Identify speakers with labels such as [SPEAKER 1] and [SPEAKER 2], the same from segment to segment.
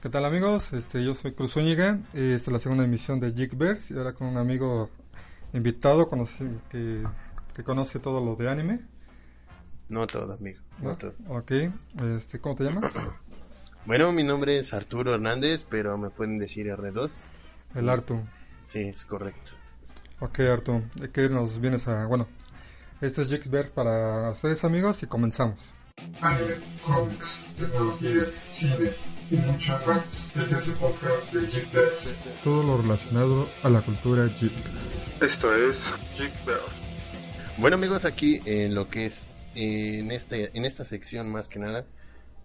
[SPEAKER 1] ¿Qué tal amigos? Este, yo soy Cruz Zúñiga, y esta es la segunda emisión de Jigverse y ahora con un amigo invitado conoce, que, que conoce todo lo de anime.
[SPEAKER 2] No todo, amigo. No,
[SPEAKER 1] ¿no?
[SPEAKER 2] todo.
[SPEAKER 1] Ok, este, ¿cómo te llamas?
[SPEAKER 2] Bueno, mi nombre es Arturo Hernández, pero me pueden decir R2.
[SPEAKER 1] El Artu.
[SPEAKER 2] Sí, es correcto.
[SPEAKER 1] Ok, Artu, ¿de qué nos vienes a...? Bueno, esto es Jigverse para ustedes amigos y comenzamos.
[SPEAKER 3] Anime, cómics, tecnología, cine y mucho más desde su podcast de Geekverse.
[SPEAKER 1] Todo lo relacionado a la cultura geek.
[SPEAKER 3] Esto es Geekverse.
[SPEAKER 2] Bueno, amigos, aquí en lo que es eh, en este en esta sección más que nada,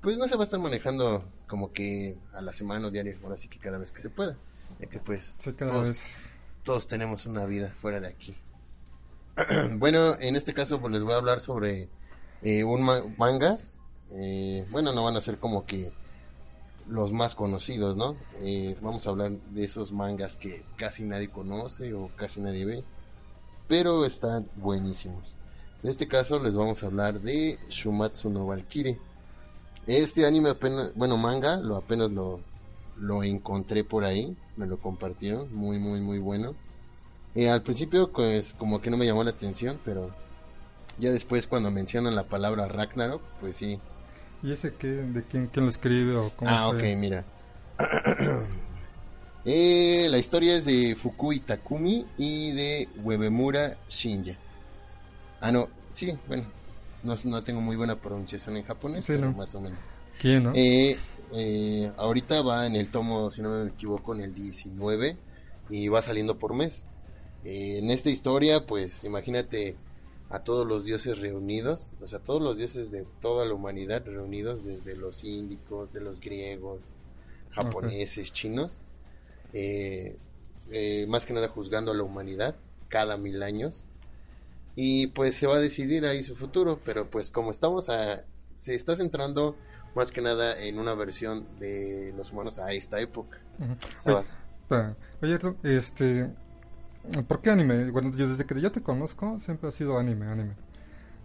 [SPEAKER 2] pues no se va a estar manejando como que a la semana o diario, ahora sí que cada vez que se pueda, ya que pues
[SPEAKER 1] Sí, cada
[SPEAKER 2] todos,
[SPEAKER 1] vez.
[SPEAKER 2] todos tenemos una vida fuera de aquí. bueno, en este caso pues les voy a hablar sobre eh, un ma- mangas. eh, bueno, no van a ser como que los más conocidos, ¿no? Eh, vamos a hablar de esos mangas que casi nadie conoce o casi nadie ve, pero están buenísimos. En este caso les vamos a hablar de Shumatsu no Valkyrie. Este anime apenas, bueno, manga, lo apenas lo, lo encontré por ahí, me lo compartieron, muy, muy, muy bueno. Eh, al principio, pues, como que no me llamó la atención, pero ya después cuando mencionan la palabra Ragnarok, pues sí.
[SPEAKER 1] ¿Y ese qué? ¿De quién, quién lo escribe o cómo
[SPEAKER 2] Ah, ok,
[SPEAKER 1] fue?
[SPEAKER 2] mira. Eh, la historia es de Fukui Takumi y de Webemura Shinja. Ah, no, sí, bueno. No, no tengo muy buena pronunciación en japonés,
[SPEAKER 1] Sí,
[SPEAKER 2] pero
[SPEAKER 1] no.
[SPEAKER 2] más o menos.
[SPEAKER 1] ¿Quién, no?
[SPEAKER 2] Eh, eh, ahorita va en el tomo, si no me equivoco, en el 19 y va saliendo por mes. Eh, en esta historia, pues imagínate a todos los dioses reunidos, o sea, todos los dioses de toda la humanidad reunidos, desde los índicos, de los griegos, japoneses, chinos, eh, eh, más que nada juzgando a la humanidad cada mil años y pues se va a decidir ahí su futuro, pero pues como estamos a, se está centrando más que nada en una versión de los humanos a esta época.
[SPEAKER 1] Ujú.
[SPEAKER 2] O sea,
[SPEAKER 1] Oye,
[SPEAKER 2] va-
[SPEAKER 1] espera. Oye, Arturo, este... ¿Por qué anime? Bueno, yo desde que yo te conozco siempre ha sido anime, anime.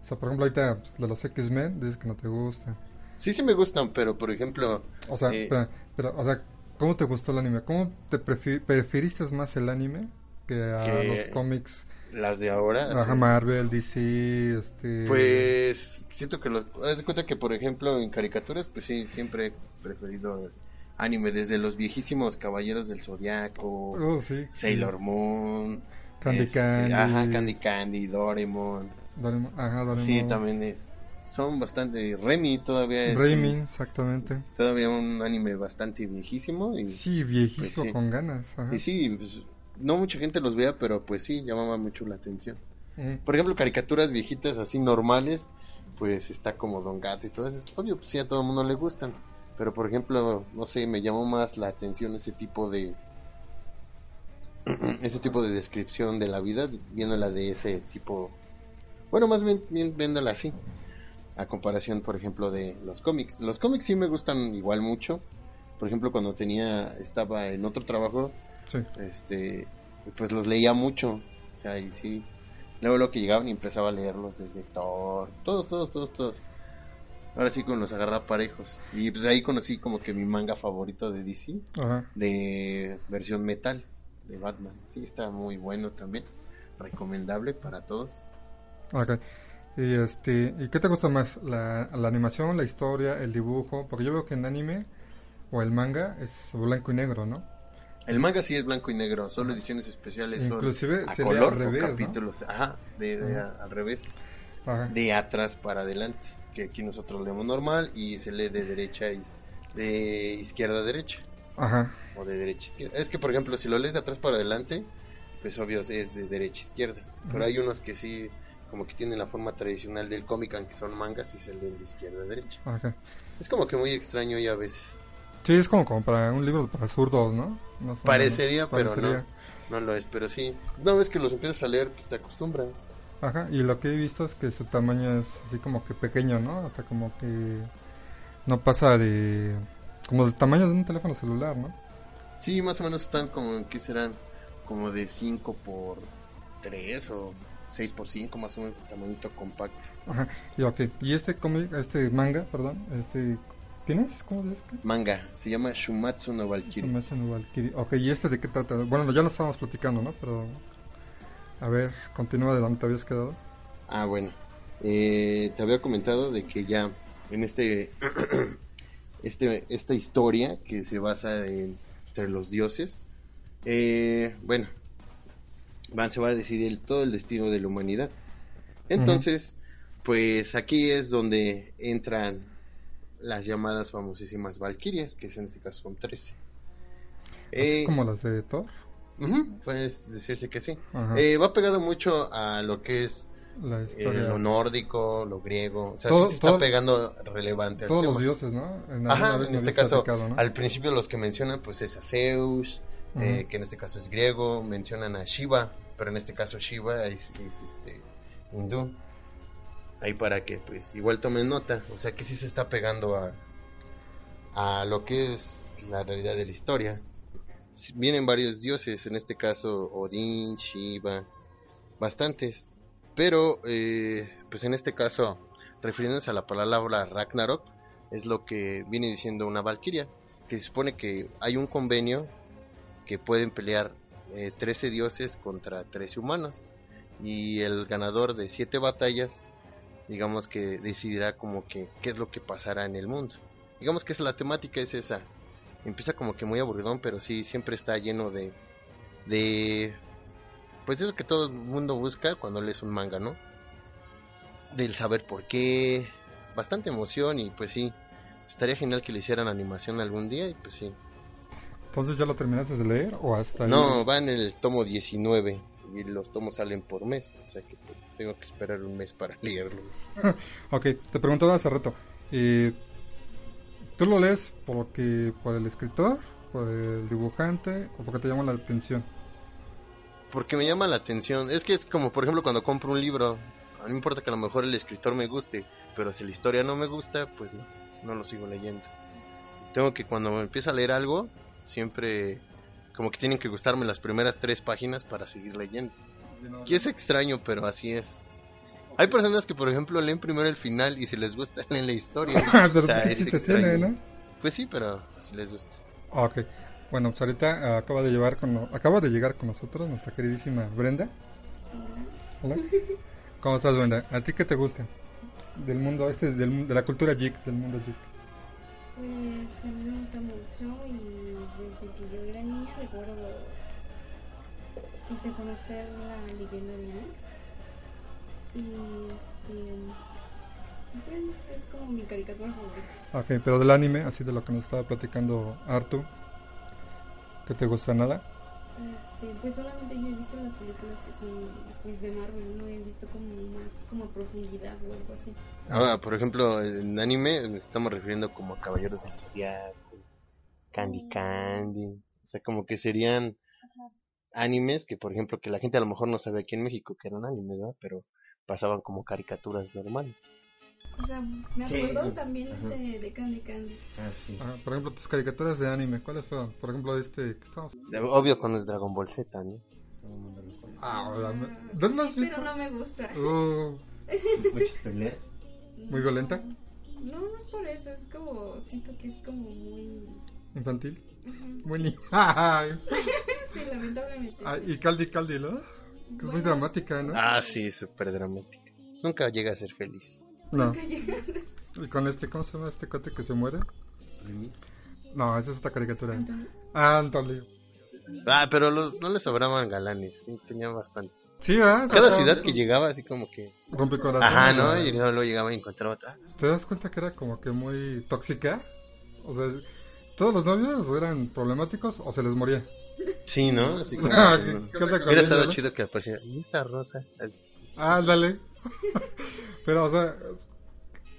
[SPEAKER 1] O sea, por ejemplo, ahorita pues, de los X-Men dices que no te gusta.
[SPEAKER 2] Sí, sí me gustan, pero por ejemplo,
[SPEAKER 1] O sea,
[SPEAKER 2] Eh.
[SPEAKER 1] espera, pero, o sea, ¿cómo te gustó el anime? ¿Cómo te prefi- preferiste más el anime que a
[SPEAKER 2] Que-
[SPEAKER 1] los cómics?
[SPEAKER 2] las de ahora,
[SPEAKER 1] Ajá,
[SPEAKER 2] sí.
[SPEAKER 1] Marvel, DC, este...
[SPEAKER 2] pues siento que los... Haz de cuenta que por ejemplo en caricaturas, pues sí, siempre he preferido anime, desde los viejísimos Caballeros del Zodiaco,
[SPEAKER 1] Oh, sí.
[SPEAKER 2] Sailor Moon,
[SPEAKER 1] Candy
[SPEAKER 2] este,
[SPEAKER 1] Candy.
[SPEAKER 2] ajá, Candy Candy, Doraemon.
[SPEAKER 1] Doraemon- ajá, Doraemon.
[SPEAKER 2] Sí, también eh, es. Son bastante. Remy todavía es.
[SPEAKER 1] Raimi,
[SPEAKER 2] un-
[SPEAKER 1] exactamente.
[SPEAKER 2] todavía un anime bastante viejísimo. Y,
[SPEAKER 1] Sí, viejísimo
[SPEAKER 2] Pues sí.
[SPEAKER 1] con ganas. Ajá.
[SPEAKER 2] y sí, pues, no mucha gente los vea, pero pues sí, llamaba mucho la atención.
[SPEAKER 1] Mm.
[SPEAKER 2] Por ejemplo, caricaturas viejitas así normales, pues está como Don Gato y todo eso. Obvio, pues sí, a todo el mundo le gustan. Pero por ejemplo, no sé, me llamó más la atención ese tipo de. ese tipo de descripción de la vida, viéndola de ese tipo. Bueno, más bien, bien viéndola así. A comparación, por ejemplo, de los cómics. Los cómics sí me gustan igual mucho. Por ejemplo, cuando tenía. Estaba en otro trabajo,
[SPEAKER 1] Sí.
[SPEAKER 2] este pues los leía mucho o sea y sí luego lo que llegaban y empezaba a leerlos desde Thor todos todos todos todos ahora sí con los agarra parejos y pues ahí conocí como que mi manga favorito de DC
[SPEAKER 1] Ajá.
[SPEAKER 2] de versión metal de Batman sí está muy bueno también recomendable para todos
[SPEAKER 1] Ok. Y, este, ¿Y qué te gusta más? La, la animación, la historia, el dibujo? Porque yo veo que en anime o el manga es blanco y negro, ¿no?
[SPEAKER 2] el manga sí es blanco y negro solo ediciones especiales son
[SPEAKER 1] Inclusive
[SPEAKER 2] a
[SPEAKER 1] sería
[SPEAKER 2] color
[SPEAKER 1] al
[SPEAKER 2] o
[SPEAKER 1] revés, ¿no?
[SPEAKER 2] capítulos ajá de, de-
[SPEAKER 1] Ajá.
[SPEAKER 2] al revés
[SPEAKER 1] Ajá.
[SPEAKER 2] de atrás para adelante, que aquí nosotros leemos normal y se lee de derecha y de izquierda a derecha
[SPEAKER 1] Ajá.
[SPEAKER 2] o de derecha a izquierda. Es que por ejemplo, si lo lees de atrás para adelante, pues obvio es de derecha a izquierda, pero hay unos que sí como que tienen la forma tradicional del cómic, aunque son mangas y se leen de izquierda a derecha.
[SPEAKER 1] Ajá.
[SPEAKER 2] Es como que muy extraño y a veces
[SPEAKER 1] Sí, es como, como para un libro para zurdos, ¿no? Más o
[SPEAKER 2] Parecería, pero
[SPEAKER 1] Parecería.
[SPEAKER 2] no lo es, pero sí. No, es que los empiezas a leer, pues te acostumbras.
[SPEAKER 1] Ajá, y lo que he visto es que su tamaño es así como que pequeño, ¿no? Hasta como que no pasa de... como el tamaño de un teléfono celular, ¿no?
[SPEAKER 2] Sí, más o menos están como, ¿qué serán? Como de 5 por 3 o 6 por 5, más o menos, tamañito compacto.
[SPEAKER 1] Ajá, y ok, y este cómic, este manga, perdón, este, ¿Quién es? ¿Cómo se llama?
[SPEAKER 2] Manga, se llama Shumatsu no Valkyrie.
[SPEAKER 1] Kimetsu no Valkyrie. Ok, ¿y este de qué trata? Bueno, ya lo estábamos platicando, ¿no? Pero. A ver, continúa de donde te habías quedado.
[SPEAKER 2] Ah, bueno. Eh, te había comentado de que ya en este, este esta historia que se basa en, entre los dioses, eh, bueno, van, se va a decidir todo el destino de la humanidad. Entonces, pues aquí es donde entran las llamadas famosísimas valquirias, que en este caso son 13.
[SPEAKER 1] Así
[SPEAKER 2] Eh,
[SPEAKER 1] Pues, como las de Thor.
[SPEAKER 2] ujú, puedes decirse que sí.
[SPEAKER 1] Ajá.
[SPEAKER 2] Eh, va pegado mucho a lo que es
[SPEAKER 1] La
[SPEAKER 2] eh,
[SPEAKER 1] historia.
[SPEAKER 2] lo nórdico, lo griego. O sea,
[SPEAKER 1] Todo-
[SPEAKER 2] sí se está
[SPEAKER 1] todo-
[SPEAKER 2] pegando relevante al
[SPEAKER 1] Todos los
[SPEAKER 2] tema.
[SPEAKER 1] dioses, ¿no? En, alguna
[SPEAKER 2] Ajá,
[SPEAKER 1] vez
[SPEAKER 2] en
[SPEAKER 1] lo
[SPEAKER 2] este
[SPEAKER 1] habías
[SPEAKER 2] caso,
[SPEAKER 1] platicado, ¿no?
[SPEAKER 2] al principio los que mencionan pues es a Zeus, eh,
[SPEAKER 1] Ujú.
[SPEAKER 2] que en este caso es griego, mencionan a Shiva, pero en este caso Shiva es, es, este hindú. Ahí para que pues igual tomen nota, o sea que sí se está pegando a, a lo que es la realidad de la historia. Sí, Vienen varios dioses, en este caso Odín, Shiva, bastantes, pero eh, pues en este caso, refiriéndose a la palabra Ragnarok, es lo que viene diciendo una valquiria, que se supone que hay un convenio que pueden pelear eh, 13 dioses contra 13 humanos y el ganador de 7 batallas digamos que decidirá como que qué es lo que pasará en el mundo. Digamos que esa, la temática es esa. Empieza como que muy aburridón, pero sí siempre está lleno de de pues eso que todo el mundo busca cuando lees un manga, ¿no? Del saber por qué, bastante emoción y pues sí, estaría genial que le hicieran animación algún día y pues sí.
[SPEAKER 1] Entonces, ¿ya lo terminaste de leer o hasta ahí?
[SPEAKER 2] No, va en el tomo 19 y los tomos salen por mes, o sea que pues tengo que esperar un mes para leerlos.
[SPEAKER 1] Ok, te preguntaba hace rato. eh, ¿Tú lo lees porque por el escritor, por el dibujante o porque te llama la atención?
[SPEAKER 2] Porque me llama la atención, es que es como por ejemplo cuando compro un libro, no me importa que a lo mejor el escritor me guste, pero si la historia no me gusta, pues no, no lo sigo leyendo. Tengo que cuando me empiezo a leer algo, siempre como que tienen que gustarme las primeras tres páginas para seguir leyendo. Y es extraño, pero así es. Hay personas que, por ejemplo, leen primero el final y si les gusta, leen la historia.
[SPEAKER 1] Ah, Pero pues,
[SPEAKER 2] O sea,
[SPEAKER 1] ¿qué
[SPEAKER 2] es
[SPEAKER 1] chiste
[SPEAKER 2] extraño.
[SPEAKER 1] tiene, no?
[SPEAKER 2] Pues sí, pero así les gusta.
[SPEAKER 1] Ah, Ok, bueno, pues ahorita ah, acaba de, llevar con no- acaba de llegar con nosotros nuestra queridísima Brenda. Hola. ¿Cómo estás, Brenda? ¿A ti qué te gusta? Del mundo este, del mu- de la cultura geek, del mundo geek.
[SPEAKER 4] Pues a mí me gusta mucho y desde que yo era niña recuerdo quise conocer la leyenda de Ana. Y este bueno, es como mi caricatura favorita.
[SPEAKER 1] Ah, Ok, pero del anime, así de lo que nos estaba platicando Artu, ¿que te gusta nada?
[SPEAKER 4] Este, pues solamente yo he visto las películas que son pues de Marvel, no he visto como más como a profundidad o algo así.
[SPEAKER 2] Ahora, por ejemplo, en anime nos estamos refiriendo como a Caballeros del Zodiaco, Candy Candy. O sea, como que serían animes que, por ejemplo, que la gente a lo mejor no sabe aquí en México que eran animes, ¿verdad? Pero pasaban como caricaturas normales.
[SPEAKER 4] O sea, me
[SPEAKER 2] ¿Qué?
[SPEAKER 4] acuerdo también
[SPEAKER 2] Ajá.
[SPEAKER 4] este de Candy Candy.
[SPEAKER 1] Ah, por ejemplo, tus caricaturas de anime, ¿cuáles fueron? Por ejemplo, este, ¿qué estamos?
[SPEAKER 2] Obvio cuando es Dragon Ball Z, ¿no? Todo el mundo lo conoce.
[SPEAKER 1] Ah,
[SPEAKER 4] Ah,
[SPEAKER 1] hola, me- ¿dónde lo has
[SPEAKER 4] sí,
[SPEAKER 1] visto?
[SPEAKER 4] Pero no me gusta.
[SPEAKER 1] Uh, ¿Muy
[SPEAKER 4] No.
[SPEAKER 1] violenta?
[SPEAKER 4] No, no es por eso, es como, siento que es como muy...
[SPEAKER 1] infantil.
[SPEAKER 4] Ujú.
[SPEAKER 1] Muy ni- Ay,
[SPEAKER 4] Sí, lamentablemente.
[SPEAKER 1] ay, Ah, y Caldi Caldi, ¿no? Que es muy
[SPEAKER 4] Bueno,
[SPEAKER 1] dramática, ¿no?
[SPEAKER 2] Ah, sí, súper dramática. Nunca llega a ser feliz.
[SPEAKER 1] No.
[SPEAKER 4] nunca llegas a-
[SPEAKER 1] Y con este, ¿cómo se llama este cote que se muere? No, esa es otra caricatura.
[SPEAKER 4] Entonces,
[SPEAKER 1] Ah, Antonio.
[SPEAKER 2] Ah, pero los, no les sobraban galanes, sí, tenían bastante.
[SPEAKER 1] Sí, ¿verdad?
[SPEAKER 2] Cada ciudad que llegaba, así como que.
[SPEAKER 1] Rompecorazón.
[SPEAKER 2] Ajá, ¿no? Y luego luego llegaba y encontraba otra.
[SPEAKER 1] ¿Te das cuenta que era como que muy tóxica? O sea, todos los novios eran problemáticos o se les moría.
[SPEAKER 2] Sí, ¿no? Así como.
[SPEAKER 1] Ah,
[SPEAKER 2] que,
[SPEAKER 1] ¿qué-
[SPEAKER 2] ¿no?
[SPEAKER 1] qué onda con
[SPEAKER 2] Hubiera
[SPEAKER 1] ella,
[SPEAKER 2] estado
[SPEAKER 1] no?
[SPEAKER 2] chido que apareciera. ¿Y esta rosa? Así.
[SPEAKER 1] Ándale. Pero, o sea,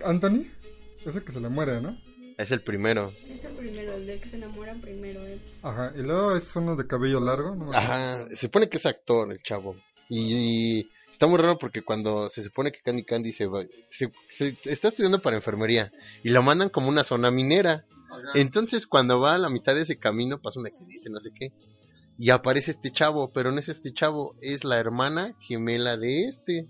[SPEAKER 1] Anthony, ese que se le muere, ¿no?
[SPEAKER 2] Es el primero.
[SPEAKER 4] es el primero, el del que se enamoran primero, ¿eh?
[SPEAKER 1] Ajá, y luego es uno de cabello largo, ¿no? me acuerdo.
[SPEAKER 2] Ajá, se supone que es actor el chavo. Y, y está muy raro porque cuando se supone que Candy Candy se va. Se, se- está estudiando para enfermería y la mandan como una zona minera. Entonces, cuando va a la mitad de ese camino, pasa un accidente, no sé qué. Y aparece este chavo, pero no es este chavo, es la hermana gemela de este.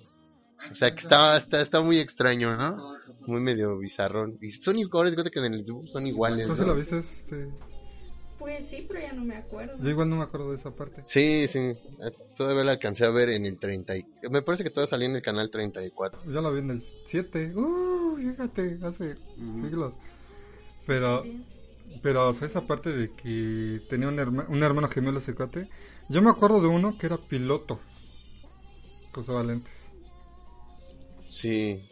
[SPEAKER 2] O sea, que está, está, está muy extraño, ¿no? Muy medio bizarrón. Y son iguales, fíjate que en el dibujo son iguales.
[SPEAKER 1] ¿Tú se
[SPEAKER 2] ¿no?
[SPEAKER 1] lo viste? Este,
[SPEAKER 4] Pues sí, pero ya no me acuerdo.
[SPEAKER 1] yo igual no me acuerdo de esa parte.
[SPEAKER 2] Sí, sí. eh, Todavía la alcancé a ver en el 30. y- Me parece que todavía salía en el canal 34.
[SPEAKER 1] Pues Ya la vi en el 7. Uh, fíjate, hace siglos. Pero,
[SPEAKER 4] Bien.
[SPEAKER 1] pero o sea, esa parte de que tenía un, herma- un hermano gemelo ese cuate. Yo me acuerdo de uno que era piloto. Que usaba lentes.
[SPEAKER 2] Sí.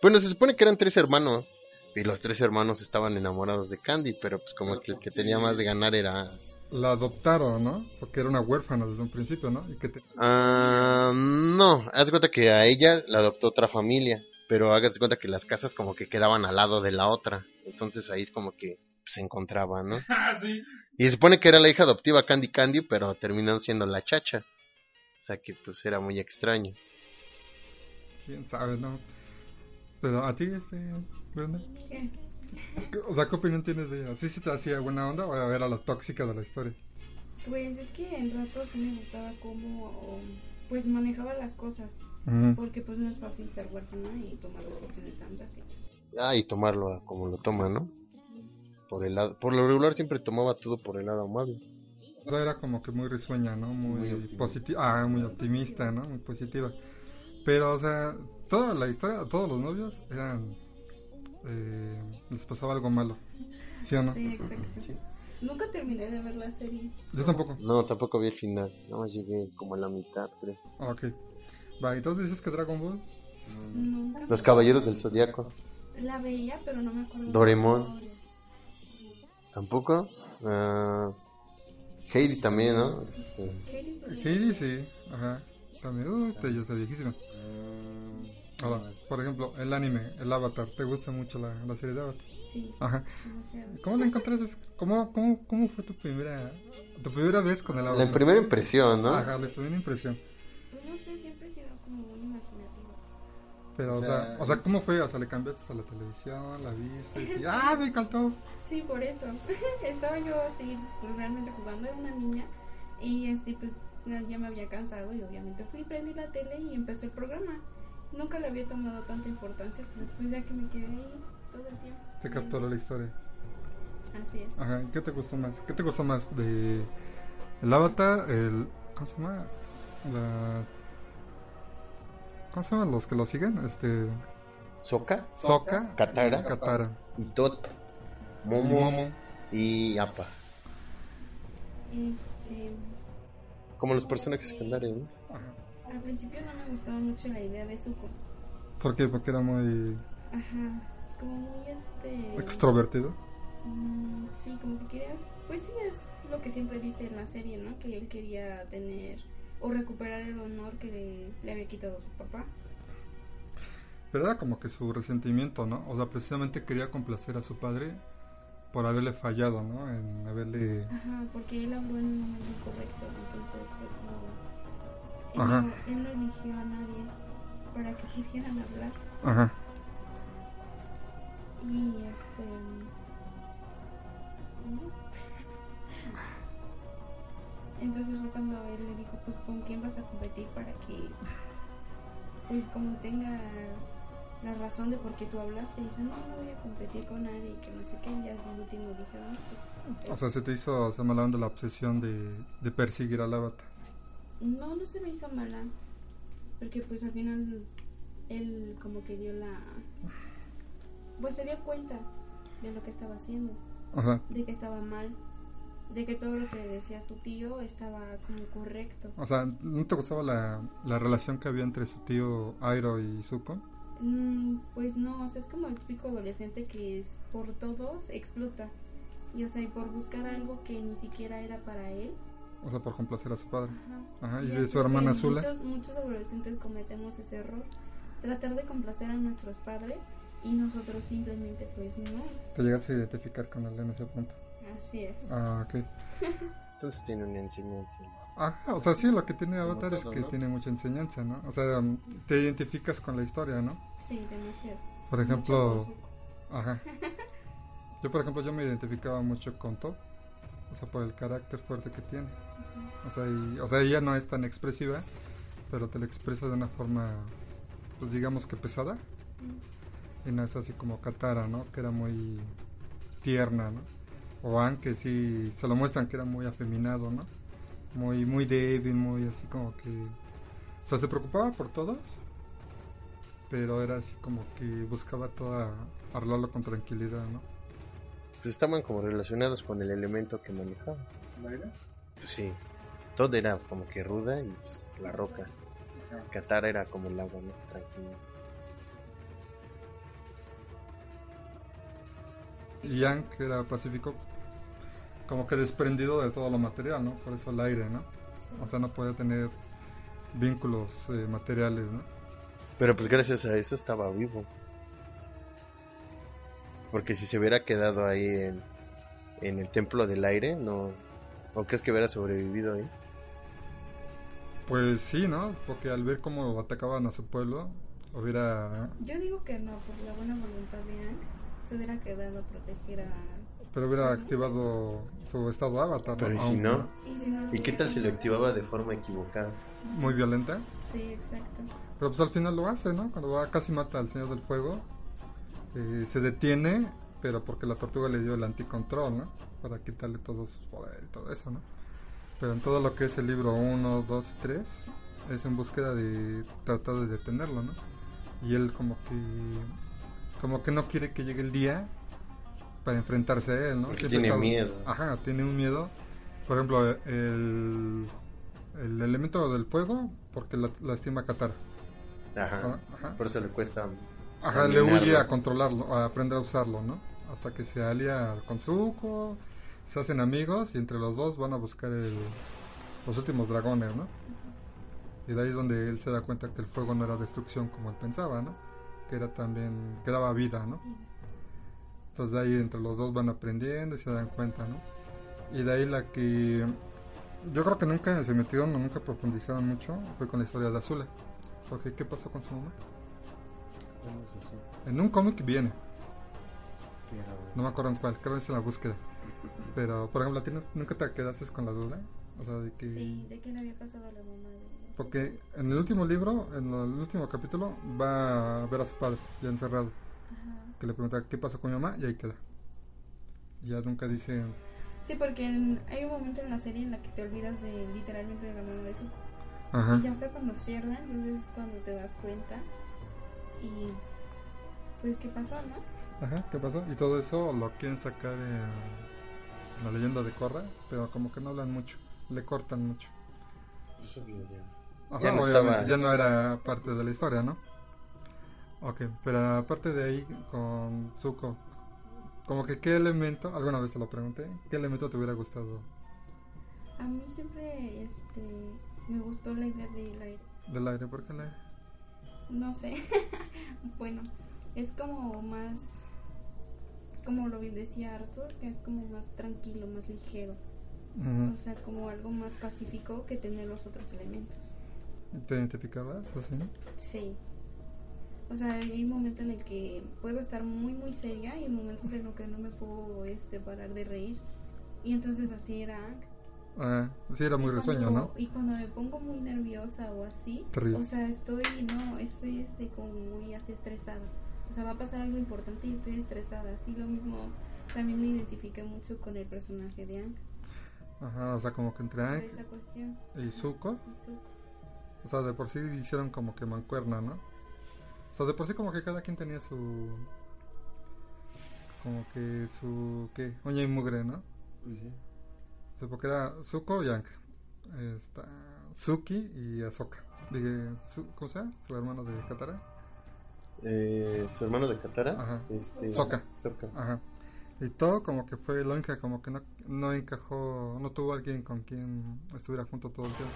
[SPEAKER 2] Bueno, se supone que eran tres hermanos. Y los tres hermanos estaban enamorados de Candy, pero pues como que el que tenía más de ganar era...
[SPEAKER 1] La adoptaron, ¿no? Porque era una huérfana desde un principio, ¿no? Y que te-
[SPEAKER 2] Ah, no, haz de cuenta que a ella la adoptó otra familia, pero hágase cuenta que las casas como que quedaban al lado de la otra, entonces ahí es como que se encontraban, ¿no?
[SPEAKER 3] Ah, sí.
[SPEAKER 2] Y se supone que era la hija adoptiva Candy Candy, pero terminó siendo la chacha, o sea que pues era muy extraño.
[SPEAKER 1] quién sabe, ¿no? Pero a ti, este, Brenda.
[SPEAKER 4] ¿Qué?
[SPEAKER 1] ¿Qué- O sea, ¿qué opinión tienes de ella? ¿Sí se te hacía buena onda o era la tóxica de la historia?
[SPEAKER 4] Pues es que en rato sí me gustaba cómo pues manejaba las cosas, porque pues no es fácil ser huérfana y tomar decisiones tan drásticas.
[SPEAKER 2] Ah, y tomarlo a como lo toma, ¿no? Por el lado, por lo regular siempre tomaba todo por el lado amable.
[SPEAKER 1] O sea, era como que muy risueña, ¿no? Muy,
[SPEAKER 2] Muy optimista.
[SPEAKER 1] positiva. Ah, muy optimista, ¿no? Muy positiva. Pero, o sea, toda la historia, todos los novios eran. eh, les pasaba algo malo. ¿Sí o no?
[SPEAKER 4] Sí, exacto. Nunca terminé de ver la serie.
[SPEAKER 1] Yo tampoco.
[SPEAKER 2] No, tampoco vi el final, nada más llegué como a la mitad, creo.
[SPEAKER 1] Ah, ok. Va, entonces dices que Dragon Ball.
[SPEAKER 4] Nunca.
[SPEAKER 2] Los Caballeros del Zodiaco.
[SPEAKER 4] La veía, pero no me acuerdo.
[SPEAKER 2] Doraemon. Tampoco. Ah, Heidi también, ¿no? Este,
[SPEAKER 4] ¿Qué dices?
[SPEAKER 1] Sí, sí. Ajá. También. Uh, este, yo soy viejísimo. Ahora, por ejemplo, el anime, el Avatar. ¿Te gusta mucho la, la serie de Avatar?
[SPEAKER 4] Sí,
[SPEAKER 1] Ajá.
[SPEAKER 4] demasiado.
[SPEAKER 1] ¿Cómo la encontraste? ¿Cómo, cómo, ¿Cómo fue tu primera, tu primera vez con el Avatar?
[SPEAKER 2] La primera impresión, ¿no?
[SPEAKER 1] Ajá, la primera impresión.
[SPEAKER 4] Pues no sé, siempre he sido como muy imaginativa.
[SPEAKER 1] Pero, o,
[SPEAKER 2] O
[SPEAKER 1] sea,
[SPEAKER 2] sea,
[SPEAKER 1] o sea, ¿cómo fue? O sea, le cambiaste a la televisión, la viste, y ¡ah, me encantó!
[SPEAKER 4] Sí, por eso. Estaba yo así, pues, realmente jugando, era una niña. Y este, pues ya me había cansado y obviamente fui, prendí la tele y empezó el programa. Nunca le había tomado tanta importancia hasta después ya que me quedé ahí todo el tiempo.
[SPEAKER 1] Te capturó la historia.
[SPEAKER 4] Así es.
[SPEAKER 1] Ajá, ¿qué te gustó más? ¿Qué te gustó más de el Avatar, el... ¿Cómo se llama? La... ¿Cómo se llaman los que lo siguen? Este...
[SPEAKER 2] Soka,
[SPEAKER 1] Sokka,
[SPEAKER 2] Katara.
[SPEAKER 1] Katara,
[SPEAKER 2] Itot,
[SPEAKER 1] y
[SPEAKER 2] Momo
[SPEAKER 1] Momo.
[SPEAKER 2] y Appa.
[SPEAKER 4] Este,
[SPEAKER 2] Como los personajes secundarios, ¿no?
[SPEAKER 1] Ajá.
[SPEAKER 4] al principio no me gustaba mucho la idea de Zuko.
[SPEAKER 1] ¿Por qué? Porque era muy
[SPEAKER 4] Ajá. Como muy este.
[SPEAKER 1] extrovertido.
[SPEAKER 4] Mm, sí, como que quería, pues sí, es lo que siempre dice en la serie, ¿no? Que él quería tener o recuperar el honor que le, le había quitado su papá.
[SPEAKER 1] Pero era como que su resentimiento, ¿no? O sea, precisamente quería complacer a su padre por haberle fallado, ¿no? En haberle...
[SPEAKER 4] Ajá, porque él habló en el momento incorrecto, entonces fue como... Él,
[SPEAKER 1] Ajá.
[SPEAKER 4] No, él no eligió a nadie para que quisieran hablar.
[SPEAKER 1] Ajá.
[SPEAKER 4] Y este... ¿Mm? ¿no? Entonces fue cuando él le dijo, pues con quién vas a competir para que, pues como tenga la razón de por qué tú hablaste. Y dice, no, no voy a competir con nadie y que no sé qué. Y ya al último dije, "Ah, pues,
[SPEAKER 1] O sea, se te hizo, se me la onda la obsesión de, de perseguir al avatar.
[SPEAKER 4] no, no se me hizo mala. Porque pues al final él como que dio la... Pues se dio cuenta de lo que estaba haciendo.
[SPEAKER 1] Ajá.
[SPEAKER 4] de que estaba mal, de que todo lo que decía su tío estaba como correcto.
[SPEAKER 1] O sea, ¿no te gustaba la, la relación que había entre su tío Airo y Zuko?
[SPEAKER 4] Mm, pues no, o sea, es como el pico adolescente que es por todos explota. Y o sea, y por buscar algo que ni siquiera era para él.
[SPEAKER 1] O sea, por complacer a su padre.
[SPEAKER 4] Ajá.
[SPEAKER 1] Ajá, Ah, y
[SPEAKER 4] Ya
[SPEAKER 1] de
[SPEAKER 4] sé
[SPEAKER 1] su hermana
[SPEAKER 4] que
[SPEAKER 1] Zula.
[SPEAKER 4] Muchos, muchos adolescentes cometemos ese error. Tratar de complacer a nuestros padres y nosotros simplemente pues no.
[SPEAKER 1] Te llegaste a identificar con él en ese punto.
[SPEAKER 4] Así es.
[SPEAKER 1] Ah, ok.
[SPEAKER 2] Entonces tiene una enseñanza.
[SPEAKER 1] Ajá, o sea, sí, lo que tiene
[SPEAKER 2] Como
[SPEAKER 1] Avatar es
[SPEAKER 2] todo,
[SPEAKER 1] que
[SPEAKER 2] ¿no?
[SPEAKER 1] tiene mucha enseñanza, ¿no? O sea, um, te identificas con la historia, ¿no?
[SPEAKER 4] Sí, demasiado.
[SPEAKER 1] Por
[SPEAKER 4] Mucho
[SPEAKER 1] ejemplo,
[SPEAKER 4] por su-
[SPEAKER 1] ajá. Yo, por ejemplo, yo me identificaba mucho con Top. O sea, por el carácter fuerte que tiene. O sea, y- o sea, ella no es tan expresiva, pero te lo expresa de una forma pues digamos que pesada. Y no es así como Katara, ¿no? Que era muy tierna, ¿no? O An, que sí se lo muestran que era muy afeminado, ¿no? Muy, muy débil, muy así como que. O sea, se preocupaba por todos, pero era así como que buscaba toda hablarlo con tranquilidad, ¿no?
[SPEAKER 2] Pues estaban como relacionados con el elemento que manejaba. Pues sí, Todd era como que ruda y pues, la roca. Qatar era como el agua, ¿no? Tranquilo.
[SPEAKER 1] Y Yang, que era pacífico, como que desprendido de todo lo material, ¿no? Por eso el aire, ¿no? O sea, no podía tener vínculos eh, materiales, ¿no?
[SPEAKER 2] Pero pues gracias a eso estaba vivo. Porque si se hubiera quedado ahí en, en el templo del aire, no. ¿O crees que hubiera sobrevivido ahí?
[SPEAKER 1] Pues sí, ¿no? Porque al ver cómo atacaban a su pueblo, hubiera...
[SPEAKER 4] Yo digo que no, por la buena voluntad de Ang se hubiera quedado a proteger a.
[SPEAKER 1] Pero hubiera activado su estado avatar.
[SPEAKER 2] Pero ¿y si
[SPEAKER 1] aún,
[SPEAKER 2] no?
[SPEAKER 4] Y, si no lo
[SPEAKER 2] ¿Y qué
[SPEAKER 4] hubiera
[SPEAKER 2] tal si lo
[SPEAKER 4] tenido-
[SPEAKER 2] activaba de forma equivocada?
[SPEAKER 1] Muy violenta.
[SPEAKER 4] Sí, exacto.
[SPEAKER 1] Pero pues al final lo hace, ¿no? Cuando va casi mata al Señor del Fuego, eh, se detiene, pero porque la tortuga le dio el anticontrol, ¿no? Para quitarle todos sus poderes y todo eso, ¿no? Pero en todo lo que es el libro 1, 2 y 3, es en búsqueda de tratar de detenerlo, ¿no? Y él como que como que no quiere que llegue el día para enfrentarse a él, ¿no?
[SPEAKER 2] Porque
[SPEAKER 1] Siempre
[SPEAKER 2] tiene
[SPEAKER 1] está-
[SPEAKER 2] miedo.
[SPEAKER 1] Ajá, tiene un miedo. Por ejemplo, el, el elemento del fuego, porque la, lastima a Katara.
[SPEAKER 2] Ajá.
[SPEAKER 1] Ajá.
[SPEAKER 2] Por eso le cuesta.
[SPEAKER 1] Ajá, le
[SPEAKER 2] dominarlo.
[SPEAKER 1] huye a controlarlo, a aprender a usarlo, ¿no? Hasta que se alia con Zuko, se hacen amigos y entre los dos van a buscar el- los últimos dragones, ¿no? Y de ahí es donde él se da cuenta que el fuego no era destrucción como él pensaba, ¿no? Que era también, que daba vida, ¿no? Entonces de ahí entre los dos van aprendiendo y se dan cuenta, ¿no? Y de ahí la que yo creo que nunca se metieron, o nunca profundizaron mucho, fue con la historia de Azula. Porque ¿qué pasó con su mamá? En un cómic viene, no me acuerdo en cuál, creo que es en la búsqueda. Pero, por ejemplo, ¿a ti nu- nunca te quedaste con la duda? O sea, de que...
[SPEAKER 4] Sí, ¿de qué le había pasado a la mamá de.?
[SPEAKER 1] Porque en el último libro, en el último capítulo, va a ver a su padre, ya encerrado,
[SPEAKER 4] Ajá.
[SPEAKER 1] que le pregunta qué pasó con mi mamá y ahí queda. Ya nunca dice...
[SPEAKER 4] Sí, porque en- hay un momento en la serie en la que te olvidas de literalmente de la mamá de su.
[SPEAKER 1] Ajá.
[SPEAKER 4] Y ya hasta cuando cierra, entonces es cuando te das cuenta. Y. Pues, ¿qué pasó, no?
[SPEAKER 1] Ajá, ¿qué pasó? Y todo eso lo quieren sacar en la leyenda de Korra, pero como que no hablan mucho, le cortan mucho. Ajá,
[SPEAKER 2] Ya no
[SPEAKER 1] obviamente,
[SPEAKER 2] estaba-
[SPEAKER 1] ya no era parte de la historia, ¿no? Ok, pero aparte de ahí, con Zuko, como que qué elemento, alguna vez te lo pregunté, ¿qué elemento te hubiera gustado
[SPEAKER 4] A mí siempre este, me gustó la idea del aire.
[SPEAKER 1] del aire? ¿Por qué el aire?
[SPEAKER 4] No sé. bueno, es como más. Como lo decía Arthur, que es como más tranquilo, más ligero.
[SPEAKER 1] Ujú.
[SPEAKER 4] O sea, como algo más pacífico que tener los otros elementos.
[SPEAKER 1] ¿Te identificabas así?
[SPEAKER 4] Sí. O sea, hay un momento en el que puedo estar muy, muy seria y momentos en los que no me puedo este, parar de reír. Y entonces así era Ang.
[SPEAKER 1] Ah, sí, era muy
[SPEAKER 4] Y
[SPEAKER 1] risueño,
[SPEAKER 4] cuando-
[SPEAKER 1] ¿no?
[SPEAKER 4] Y cuando me pongo muy nerviosa o así,
[SPEAKER 1] Te ríes.
[SPEAKER 4] o sea, estoy, no, estoy este, como muy así estresada. O sea, va a pasar algo importante y estoy estresada. Así lo mismo, también me identifiqué mucho con el personaje de Ang.
[SPEAKER 1] Ajá, o sea, como que entre
[SPEAKER 4] por
[SPEAKER 1] Aang
[SPEAKER 4] esa cuestión.
[SPEAKER 1] y Zuko,
[SPEAKER 4] Y Zuko.
[SPEAKER 1] o sea, de por sí hicieron como que mancuerna, ¿no? O sea, de por sí como que cada quien tenía su... Como que su... ¿Qué? Uña y mugre, ¿no? O sea, porque era Zuko y Ang. Está Suki y Ahsoka. Dije, su, ¿cómo se llama? Su hermano de Katara.
[SPEAKER 2] Eh, su hermano de Katara.
[SPEAKER 1] Ajá.
[SPEAKER 2] Este,
[SPEAKER 1] Sokka.
[SPEAKER 2] Sokka.
[SPEAKER 1] Ajá. Y todo como que fue la única, como que no, no encajó, no tuvo alguien con quien estuviera junto todo el tiempo.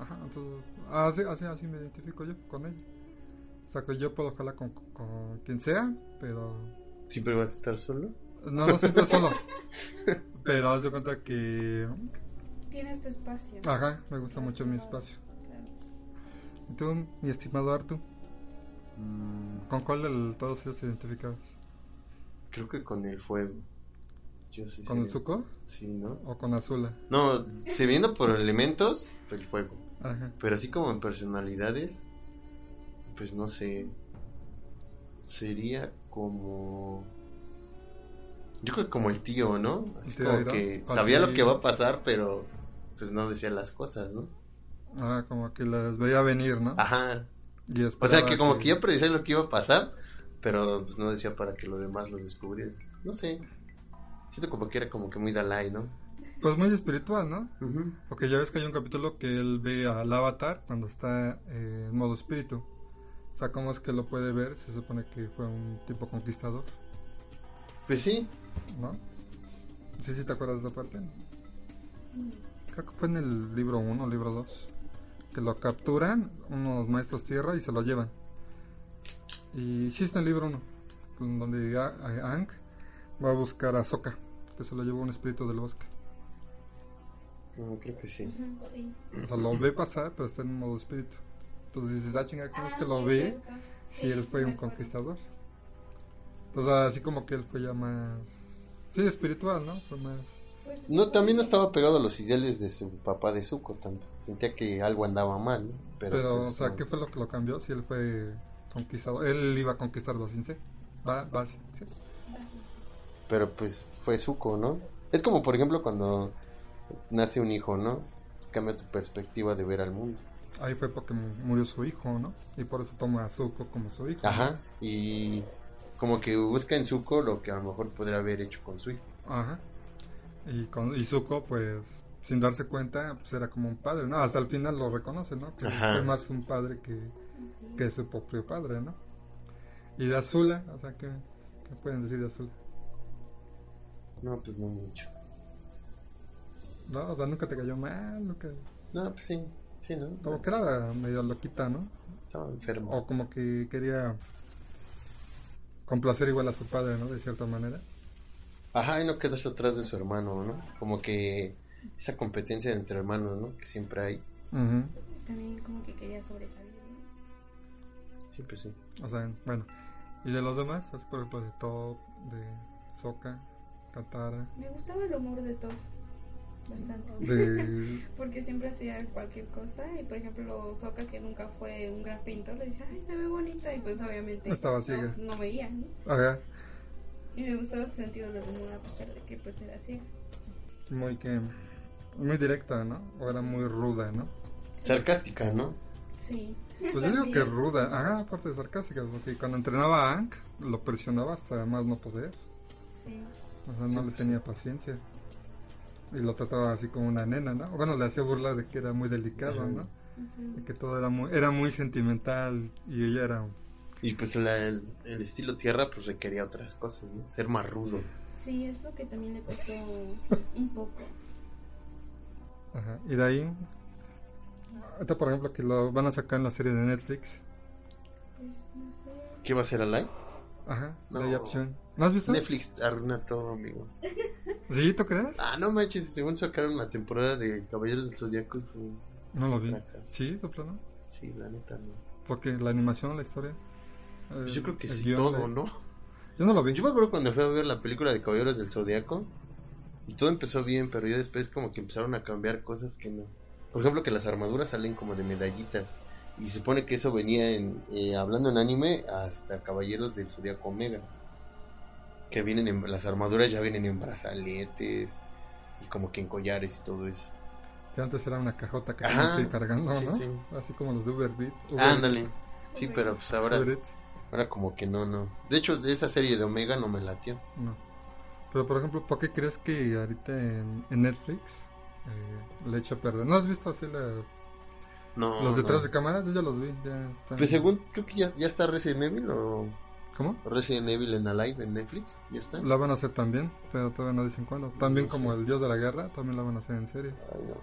[SPEAKER 1] Ajá, entonces, así, así, así me identifico yo con ella. O sea, que yo puedo jalar con, con quien sea, pero...
[SPEAKER 2] ¿Siempre vas a estar solo?
[SPEAKER 1] No, no siempre solo. Pero haz de cuenta que...
[SPEAKER 4] Tienes tu este espacio.
[SPEAKER 1] Ajá, Ah, me gusta mucho mi espacio.
[SPEAKER 4] Claro.
[SPEAKER 1] ¿Y tú, mi estimado Artu? ¿Con cuál de todos ellos te identificabas?
[SPEAKER 2] Creo que con el fuego. Yo sí
[SPEAKER 1] ¿Con el
[SPEAKER 2] sería-
[SPEAKER 1] Zuko
[SPEAKER 2] Sí, ¿no?
[SPEAKER 1] o con Azula?
[SPEAKER 2] No, si viendo por elementos, el fuego.
[SPEAKER 1] Ajá.
[SPEAKER 2] Pero así como en personalidades, pues no sé. Sería como. Yo creo que como el tío, ¿no? Así
[SPEAKER 1] ¿El tío
[SPEAKER 2] como
[SPEAKER 1] Airo?
[SPEAKER 2] que
[SPEAKER 1] Ah,
[SPEAKER 2] sabía
[SPEAKER 1] sí.
[SPEAKER 2] lo que va a pasar, pero pues no decía las cosas, ¿no?
[SPEAKER 1] Ah, como que las veía venir, ¿no?
[SPEAKER 2] Ajá.
[SPEAKER 1] Y
[SPEAKER 2] O sea que
[SPEAKER 1] esperaba
[SPEAKER 2] como que ya predecía lo que iba a pasar, pero pues no decía para que lo demás lo descubriera. No sé. Siento como que era como que muy Dalai, ¿no?
[SPEAKER 1] Pues muy espiritual, ¿no? Porque ya ves que hay un capítulo que él ve al avatar cuando está eh, en modo espíritu. O sea, ¿cómo es que lo puede ver? Se supone que fue un tipo conquistador,
[SPEAKER 2] Pues sí.
[SPEAKER 1] ¿no? Sí, sí, ¿te acuerdas de esa parte?
[SPEAKER 4] Mm.
[SPEAKER 1] Creo que fue en el libro 1, libro 2. Que lo capturan unos maestros tierra y se lo llevan. Y sí está en el libro 1, donde ya, eh, Aang va a buscar a Sokka, que se lo llevó un espíritu del bosque.
[SPEAKER 2] No, creo que sí.
[SPEAKER 4] Ujú, sí.
[SPEAKER 1] O sea, lo ve pasar, pero está en modo espíritu. Entonces dices, ah, chinga, ¿cómo es
[SPEAKER 4] Ah,
[SPEAKER 1] que lo
[SPEAKER 4] sí,
[SPEAKER 1] ve?
[SPEAKER 4] cierto.
[SPEAKER 1] si
[SPEAKER 4] Sí,
[SPEAKER 1] él
[SPEAKER 4] sí
[SPEAKER 1] fue
[SPEAKER 4] me
[SPEAKER 1] un
[SPEAKER 4] acuerdo.
[SPEAKER 1] conquistador. Entonces, así como que él fue ya más. Sí, espiritual, ¿no? Fue más.
[SPEAKER 4] Pues se
[SPEAKER 2] No,
[SPEAKER 4] supone
[SPEAKER 2] también no
[SPEAKER 4] que-
[SPEAKER 2] estaba pegado a los ideales de su papá de Zuko. tam- Sentía que algo andaba mal, ¿no?
[SPEAKER 1] Pero,
[SPEAKER 2] pues,
[SPEAKER 1] o sea,
[SPEAKER 2] no.
[SPEAKER 1] ¿qué fue lo que lo cambió? Si él fue conquistador. Él iba a conquistar Basinse. Va, Basinse.
[SPEAKER 2] Pero pues fue Zuko, ¿no? Es como, por ejemplo, cuando nace un hijo, ¿no? Cambia tu perspectiva de ver al mundo.
[SPEAKER 1] Ahí fue porque murió su hijo, ¿no? Y por eso toma a Zuko como su hijo.
[SPEAKER 2] Ajá. Y como que busca en Zuko lo que a lo mejor podría haber hecho con su hijo.
[SPEAKER 1] Ajá. Y, con, y Zuko, pues, sin darse cuenta, pues era como un padre, ¿no? Hasta el final lo reconoce, ¿no? Que
[SPEAKER 2] Ajá.
[SPEAKER 1] fue más un padre que, que su propio padre, ¿no? Y de Azula, o sea, ¿qué, qué pueden decir de Azula?
[SPEAKER 2] No, pues no mucho.
[SPEAKER 1] No, o sea, nunca te cayó mal, nunca...
[SPEAKER 2] No, pues sí. Sí, ¿no?
[SPEAKER 1] Como que era medio loquita, ¿no?
[SPEAKER 2] Estaba enfermo.
[SPEAKER 1] O como que quería complacer igual a su padre, ¿no? De cierta manera.
[SPEAKER 2] Ajá, y no quedarse atrás de su hermano, ¿no? Como que esa competencia entre hermanos, ¿no? Que siempre hay.
[SPEAKER 1] Ujú.
[SPEAKER 4] También como que quería sobresalir, ¿no?
[SPEAKER 2] Sí, pues sí.
[SPEAKER 1] O sea, bueno. ¿Y de los demás? pues, Por ejemplo, de Top, de Sokka, Katara,
[SPEAKER 4] Me gustaba el humor de Toph. Bastante.
[SPEAKER 1] de...
[SPEAKER 4] Porque siempre hacía cualquier cosa. Y por ejemplo, Soca, que nunca fue un gran pintor, le decía, ay, se ve bonita. Y pues obviamente
[SPEAKER 1] Estaba
[SPEAKER 4] no-
[SPEAKER 1] ciega.
[SPEAKER 4] No, veía, ¿no?
[SPEAKER 1] Ajá,
[SPEAKER 4] Y me gustaba su sentido del humor, a pesar de que pues era ciega.
[SPEAKER 1] muy que... Muy directa, ¿no? O era muy ruda, ¿no?
[SPEAKER 2] Sarcástica, ¿no?
[SPEAKER 4] Sí.
[SPEAKER 1] Pues yo digo que
[SPEAKER 4] También.
[SPEAKER 1] ruda, ajá, aparte de sarcástica, porque cuando entrenaba a Ank lo presionaba hasta más no poder,
[SPEAKER 4] Sí.
[SPEAKER 1] o sea, no
[SPEAKER 2] Sí,
[SPEAKER 1] le
[SPEAKER 2] pues
[SPEAKER 1] tenía paciencia. Y lo trataba así como una nena, ¿no? Bueno, le hacía burla de que era muy delicado,
[SPEAKER 2] Ajá.
[SPEAKER 1] ¿no? De
[SPEAKER 4] Ujú.
[SPEAKER 1] que todo era muy, era muy sentimental y ella era...
[SPEAKER 2] Y pues la- el, el estilo tierra pues requería otras cosas, ¿no? Ser más rudo.
[SPEAKER 4] Sí, es lo que también le costó un poco.
[SPEAKER 1] Ajá. Y de ahí... Ahorita, por ejemplo, que lo van a sacar en la serie de Netflix.
[SPEAKER 4] Pues no sé.
[SPEAKER 2] ¿Qué va a ser Alay?
[SPEAKER 1] Ajá,
[SPEAKER 2] No.
[SPEAKER 1] Day Option. ¿No has visto?
[SPEAKER 2] Netflix arruina todo, amigo.
[SPEAKER 1] ¿Sí? ¿Tú crees?
[SPEAKER 2] Ah, no manches, según sacaron la temporada de Caballeros del Zodiaco y fue-
[SPEAKER 1] No lo vi.
[SPEAKER 2] Fracaso.
[SPEAKER 1] ¿Sí? ¿De plano?
[SPEAKER 2] Sí, la neta, no.
[SPEAKER 1] Porque la animación, la historia...
[SPEAKER 2] Pues
[SPEAKER 1] eh,
[SPEAKER 2] yo creo que
[SPEAKER 1] el
[SPEAKER 2] sí,
[SPEAKER 1] guión,
[SPEAKER 2] todo,
[SPEAKER 1] la-
[SPEAKER 2] ¿no?
[SPEAKER 1] Yo no lo vi.
[SPEAKER 2] Yo me acuerdo cuando fui a ver la película de Caballeros del Zodiaco y todo empezó bien, pero ya después como que empezaron a cambiar cosas que no. Por ejemplo, que las armaduras salen como de medallitas y se supone que eso venía en, eh, hablando en anime hasta Caballeros del Zodiaco Omega. Que vienen en, las armaduras ya vienen en brazaletes y como que en collares y todo eso.
[SPEAKER 1] Que antes era una cajota que
[SPEAKER 2] Ajá,
[SPEAKER 1] tenías que ir cargando,
[SPEAKER 2] sí,
[SPEAKER 1] ¿no?
[SPEAKER 2] sí.
[SPEAKER 1] Así como los de Uber Beat. Uber
[SPEAKER 2] Ándale.
[SPEAKER 1] Eats,
[SPEAKER 2] Sí, pero pues ahora,
[SPEAKER 1] Uber Eats,
[SPEAKER 2] ahora como que no, no. De hecho, de esa serie de Omega no me latió.
[SPEAKER 1] No. Pero, por ejemplo, ¿por qué crees que ahorita en, en Netflix eh, le echa a perder? ¿No has visto así las-
[SPEAKER 2] No.
[SPEAKER 1] los detrás
[SPEAKER 2] no.
[SPEAKER 1] de cámaras? Yo ya los vi. Ya están-
[SPEAKER 2] Pues según, creo que ya, ya está Resident Evil o
[SPEAKER 1] ¿Cómo?
[SPEAKER 2] Resident Evil en Alive en Netflix, ya está.
[SPEAKER 1] La van a hacer también, pero todavía no dicen cuándo. También
[SPEAKER 2] No sé.
[SPEAKER 1] como El Dios de la Guerra, también la van a hacer en serie.
[SPEAKER 2] Ay, no.